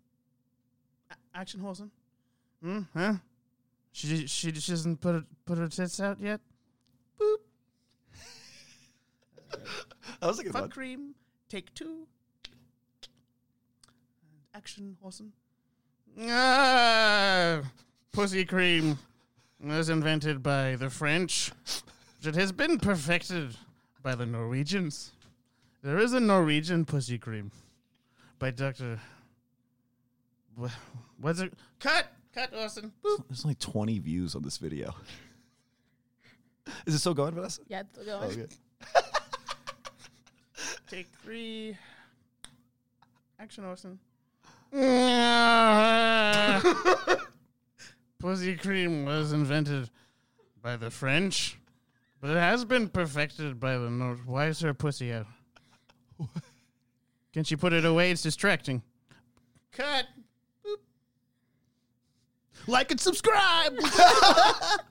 E: A- action wholesome. Hmm. Huh? She she just hasn't put her, put her tits out yet.
C: That was a good
E: Fuck
C: one.
E: cream. Take two. And action awesome. Ah, pussy cream was invented by the French. It has been perfected by the Norwegians. There is a Norwegian pussy cream by Doctor. What's it? Cut, cut, Austin. Boop.
C: There's only 20 views on this video. Is it still going, Vanessa?
D: Yeah, it's going.
E: Take three. Action, Austin. Pussy cream was invented by the French, but it has been perfected by the North. Why is her pussy out? Can she put it away? It's distracting. Cut. Boop. Like and subscribe.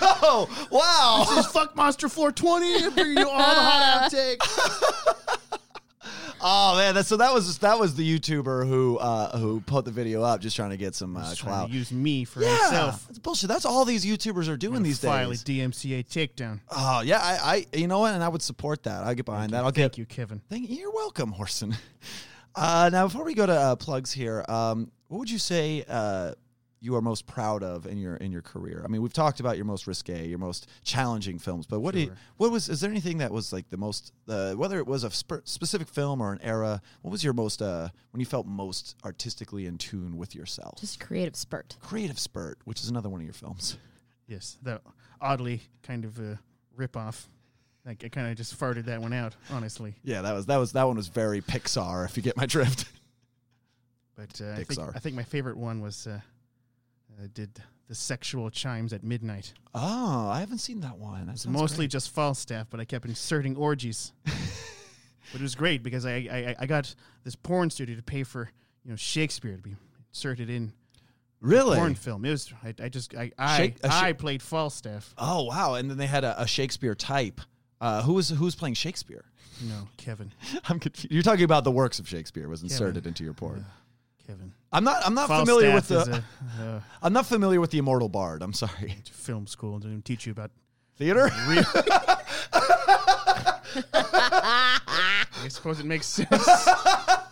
C: Oh, wow.
E: this is Fuck Monster 420. Bringing you all the hot outtakes.
C: Oh man, that, so that was that was the YouTuber who uh, who put the video up just trying to get some uh,
E: He's trying
C: clout.
E: to use me for
C: Yeah,
E: himself.
C: that's bullshit. That's all these YouTubers are doing these
E: file
C: days.
E: a DMCA takedown.
C: Oh yeah, I, I you know what, and I would support that. I'll get behind that. I'll get
E: Thank you, Kevin.
C: Thank you. You're welcome, Horson. Uh, now, before we go to uh, plugs here, um, what would you say uh, you are most proud of in your in your career? I mean, we've talked about your most risque, your most challenging films, but what do you- what was is there anything that was like the most uh, whether it was a sp- specific film or an era? What was your most uh, when you felt most artistically in tune with yourself?
D: Just creative spurt.
C: Creative spurt, which is another one of your films.
E: Yes, that oddly kind of a ripoff. Like I kind of just farted that one out, honestly.
C: Yeah, that was that was that one was very Pixar. If you get my drift.
E: But uh, I, think,
C: Pixar.
E: I think my favorite one was uh, uh, did the sexual chimes at midnight.
C: Oh, I haven't seen that one. That's
E: It's mostly just Falstaff, but I kept inserting orgies. but it was great because I, I I- I got this porn studio to pay for you know Shakespeare to be inserted in
C: Really?
E: porn film. It was. I, I just. I. I,
C: Shake- a
E: I
C: shake-
E: played Falstaff.
C: Oh wow! And then they had a, a Shakespeare type. Uh, who was who was playing Shakespeare?
E: No, Kevin.
C: I'm confused. You're talking about the works of Shakespeare was inserted into your porn.
E: Kevin.
C: I'm not. I'm not familiar with
E: Falstaff
C: the.
E: is a, uh,
C: I'm not familiar with the immortal bard. I'm sorry.
E: film school and didn't teach you about.
C: Theater.
E: I suppose it makes sense. I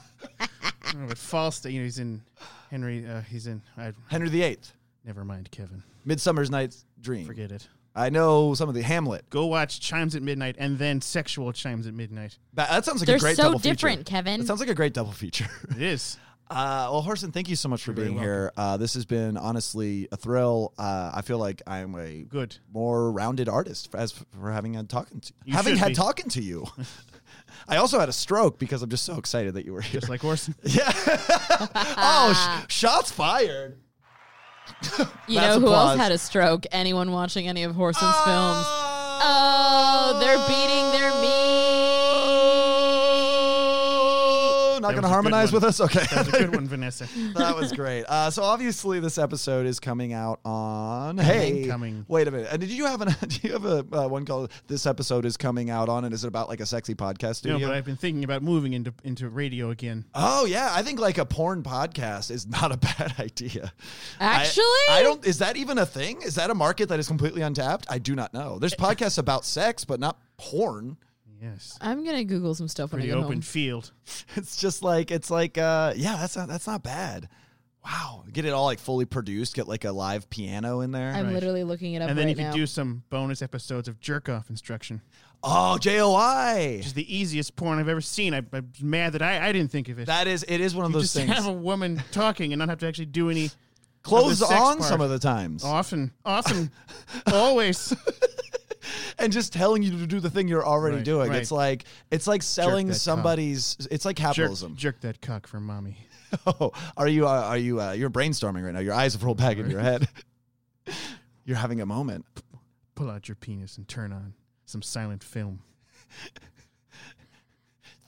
E: don't know, but Falstaff, you know, he's in Henry. Uh, he's in. I
C: Henry VIII.
E: never mind, Kevin.
C: Midsummer's Night's Dream.
E: Forget it.
C: I know some of the Hamlet.
E: Go watch Chimes at Midnight and then Sexual Chimes at Midnight.
C: That, that sounds like
D: They're
C: a great
D: so
C: double
D: different,
C: feature.
D: Kevin.
C: That sounds like a great double feature.
E: It is.
C: Uh, well, Horson, thank you so much for
E: very
C: being here. Uh, this has been honestly a thrill. Uh, I feel like I'm a
E: Good.
C: more rounded artist f- as f- for having had talking to
E: You
C: having
E: should
C: had
E: be.
C: talking to you. I also had a stroke because I'm just so excited that you were here.
E: Just like Orson.
C: yeah. oh, sh- shots fired.
D: You
C: That's
D: know who
C: applause.
D: else had a stroke? Anyone watching any of Horson's films? Oh, they're beating their meat.
C: Oh, not
E: That was a
C: going
E: good
C: to harmonize
E: one.
C: with us. Okay.
E: That was a good one, Vanessa.
C: that was great. Uh, so obviously, this episode is coming out on. Hey,
E: coming.
C: Wait a minute. And did you have an? Do you have a uh, one called "This episode is coming out on"? And is it about like a sexy podcast
E: No,
C: studio?
E: but I've been thinking about moving into into radio again.
C: oh yeah, I think like a porn podcast is not a bad idea. I-
D: Actually,
C: I, don't. Is that even a thing? Is that a market that is completely untapped? I do not know. There's podcasts about sex, but not porn.
E: Yes.
D: I'm gonna Google some stuff when I
E: Pretty
D: get
E: open
D: home.
E: field.
C: It's just like it's like uh, yeah, that's not that's not bad. Wow, get it all like fully produced. Get like a live piano in there.
D: I'm
E: Right.
D: literally looking it up
E: And then
D: right
E: you can
D: now.
E: do some bonus episodes of jerk off instruction.
C: Oh, JOI.
E: Which is the easiest porn I've ever seen. I, I'm mad that I, I didn't think of it.
C: That is, it is one of
E: you
C: those
E: just
C: things.
E: have a woman talking and not have to actually do any
C: Clothes
E: the sex
C: on
E: part.
C: some of the times,
E: often, often, always.
C: and just telling you to do the thing you're already
E: Right,
C: doing.
E: right.
C: It's like it's like selling
E: that cock.
C: somebody's. It's like
E: Jerk,
C: capitalism.
E: jerk that cock for mommy.
C: Oh, are you? Uh, are you? Uh, you're brainstorming right now. Your eyes have rolled back in your head. you're having a moment.
E: Pull out your penis and turn on some silent film.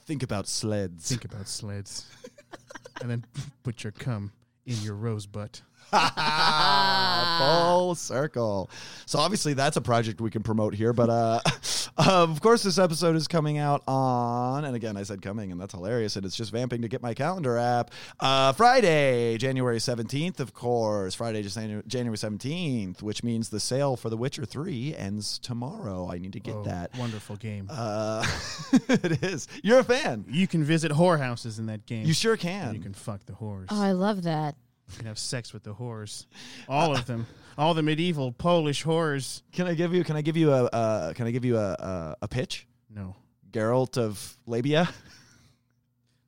C: Think about sleds.
E: Think about sleds. and then put your cum in your rose butt.
C: Ah, Full circle. So obviously that's a project we can promote here, but uh, of course this episode is coming out on, and again I said coming, and that's hilarious, and it's just vamping to get my calendar app. Uh, Friday, January seventeenth, of course. Friday, just Janu- January seventeenth, which means the sale for The Witcher Three ends tomorrow. I need to get
E: Oh,
C: that.
E: Wonderful game.
C: Uh, it is. You're a fan.
E: you can visit whorehouses in that game.
C: You sure
E: And
C: can. Uh,
E: You can fuck the whores.
D: Oh, I love that.
E: You can have sex with the whores. All of them. All the medieval Polish whores.
C: Can I give you? Can I give you a? Uh, can I give you a, uh, a a pitch?
E: No.
C: Geralt of Labia.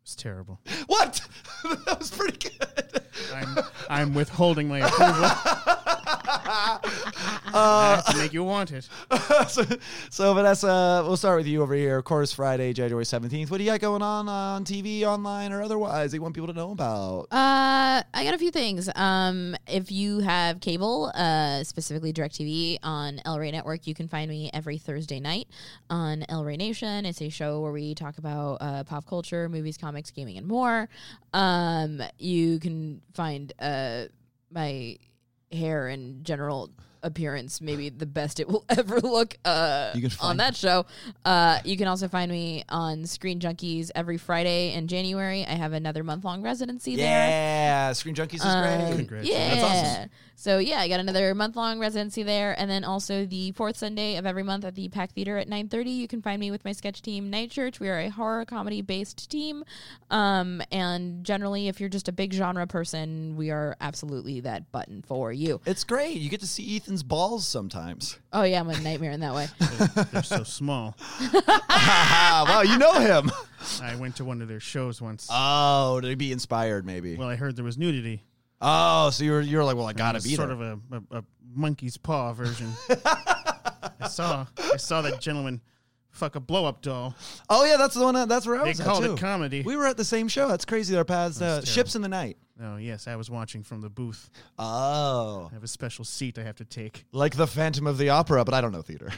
E: It's terrible.
C: What? that was pretty good.
E: I'm, I'm withholding my approval. I have to make you want it.
C: Uh, so, so Vanessa, we'll start with you over here. Of course, Friday, January seventeenth. What do you got going on uh, on TV, online, or otherwise? That you want people to know about?
D: Uh, I got a few things. Um, if you have cable, uh, specifically DirecTV on El Rey Network, you can find me every Thursday night on El Rey Nation. It's a show where we talk about uh, pop culture, movies, comics, gaming, and more. Um, you can find uh, my hair and general appearance, maybe the best it will ever look. Uh,
C: You can
D: on
C: find-
D: that show. Uh, you can also find me on Screen Junkies every Friday in January. I have another month long residency there.
C: Yeah, Screen Junkies is
D: Um,
C: great.
E: Congrats.
D: yeah.
C: That's awesome.
D: So yeah, I got another month long residency there, and then also the fourth Sunday of every month at the Pack Theater at nine thirty. You can find me with my sketch team Night Church. We are a horror comedy based team, um, and generally, if you're just a big genre person, we are absolutely that button for you.
C: It's great. You get to see Ethan's balls sometimes.
D: Oh yeah, I'm a nightmare in that way.
E: They're so small.
C: ah, wow, you know him.
E: I went to one of their shows once.
C: Oh, to be inspired, maybe.
E: well, I heard there was nudity.
C: oh, so you're you're like, well, I gotta
E: It's
C: be
E: sort
C: there.
E: of a, a, a monkey's paw version. I saw I saw that gentleman fuck a blow up doll.
C: oh yeah, that's the one. That's where I
E: They
C: was at
E: called
C: too.
E: it comedy.
C: We were at the same show. That's crazy. Our paths. Uh,
E: That's
C: Ships in the night.
E: Oh, yes, I was watching from the booth.
C: Oh,
E: I have a special seat I have to take.
C: like the Phantom of the Opera, but I don't know theater.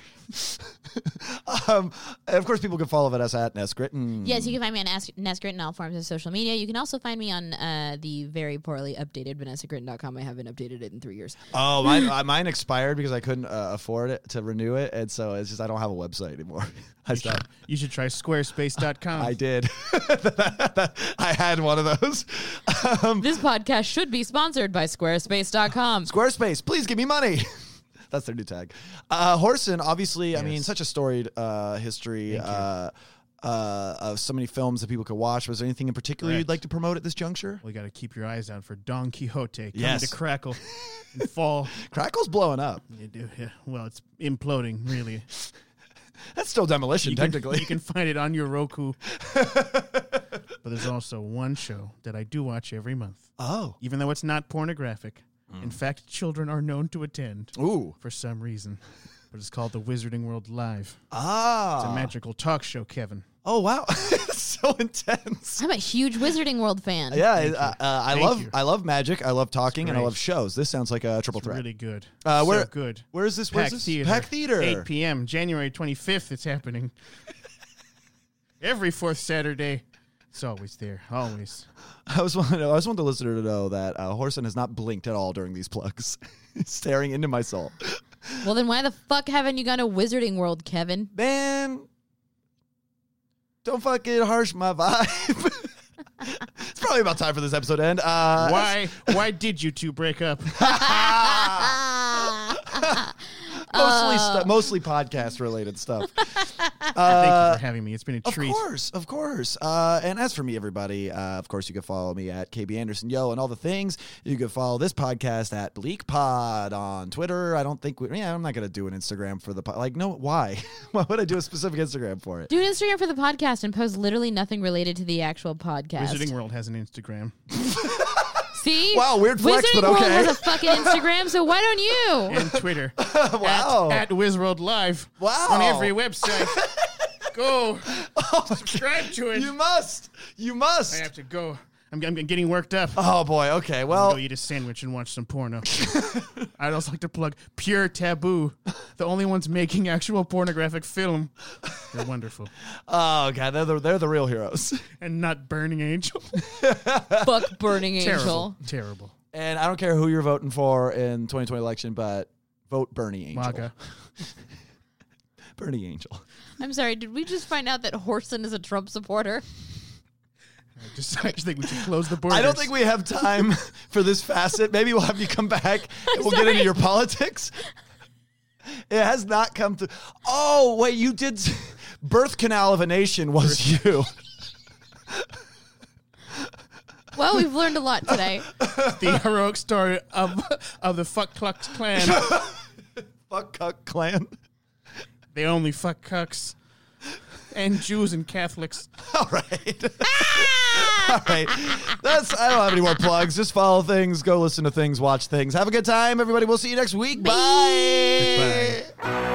C: um, and of course, people can follow us at Nesgritton.
D: Yes, you can find me on Ask Ness Gritton, all forms of social media. You can also find me on uh, the very poorly updated VanessaGritton.com. I haven't updated it in three years.
C: Oh, mine, uh, mine expired because I couldn't uh, afford it to renew it, and so it's just I don't have a website anymore. I stopped.
E: You should try squarespace.com.
C: I did. I had one of those. Um,
D: This podcast should be sponsored by Squarespace.com.
C: Squarespace, please give me money. That's their new tag. Uh, Horson, obviously, I mean, such a storied uh, history uh, uh, of so many films that people could watch. Was there anything in particular you'd
E: Correct.
C: like to promote at this juncture?
E: we got to keep your eyes out for Don Quixote coming
C: Yes.
E: to crackle and fall.
C: Crackle's blowing up.
E: You do- yeah, Well, it's imploding, really.
C: That's still demolition,
E: You can-
C: technically.
E: you can find it on your Roku. but there's also one show that I do watch every month,
C: oh,
E: even though it's not pornographic.
C: Mm.
E: In fact, children are known to attend
C: ooh,
E: for some reason. But it's called The Wizarding World Live. It's a
C: ah,
E: magical talk show, Kevin.
C: oh, wow, so intense.
D: I'm a huge Wizarding World fan.
C: Yeah, I- uh, uh, I
E: Thank
C: love
E: you.
C: I love magic. I love talking, and I
E: great.
C: love shows. This sounds like a triple
E: It's
C: threat.
E: really good.
C: Uh,
E: so
C: where-
E: good.
C: Where is this? Where's
E: Pack
C: this?
E: Theater.
C: Pack Theater.
E: 8 p.m. January 25th. It's happening every fourth Saturday. It's always there. Always.
C: I just want to know, I just want the listener to know that uh, Horson has not blinked at all during these plugs, staring into my soul.
D: Well, then why the fuck haven't you gone to Wizarding World, Kevin?
C: Man, don't fucking harsh my vibe. it's probably about time for this episode to end. Uh,
E: Why? Why did you two break up?
C: Ah. Mostly,
D: Uh,
C: stu- mostly podcast related stuff.
E: Thank Uh. you for having me. It's been a
C: Uh, Of
E: treat.
C: course, of course. Uh, and as for me, everybody, uh, of course, you can follow me at KB Anderson Yo and all the things. You can follow this podcast at Bleak Pod on Twitter. I don't think we, yeah, I'm not going to do an Instagram for the pod. Like, no, why? why would I do a specific Instagram for it?
D: Do an Instagram for the podcast and post literally nothing related to the actual podcast.
E: Wizarding World has an Instagram.
D: See?
C: Wow, weird flex,
D: Wizarding
C: but okay.
D: World has a fucking Instagram, so why don't you?
E: and Twitter.
C: Wow.
E: At, at Wizworld Live.
C: Wow. Oh
E: On every website. go. subscribe to it.
C: you must. You must.
E: I have to go. I'm, I'm getting worked up.
C: Oh, boy. Okay.
E: I'll
C: Well,
E: go eat a sandwich and watch some porno. I'd also like to plug Pure Taboo, the only ones making actual pornographic film. They're wonderful.
C: oh, God. They're the, they're the real heroes.
E: And not Burning Angel.
D: Fuck Burning Angel.
E: Terrible. Terrible.
C: And I don't care who you're voting for in 2020 election, but vote Bernie Angel.
E: MAGA.
C: Bernie Angel.
D: I'm sorry, did we just find out that Horson is a Trump supporter?
E: I just, I just think we should close the borders.
C: I don't think we have time for this facet. Maybe we'll have you come back and we'll get into
D: sorry.
C: your politics. It has not come to. Oh, wait, you did. Birth Canal of a Nation was you.
D: Well, we've learned a lot today.
E: the heroic story of, of the Fuck Klux Klan.
C: Fuck Cuck Clan.
E: They only fuck cucks. And Jews and Catholics.
C: All right. All right. That's, I don't have any more plugs. Just follow things, go listen to things, watch things. Have a good time, everybody. We'll see you next week. Bye.
E: Goodbye.
C: Bye.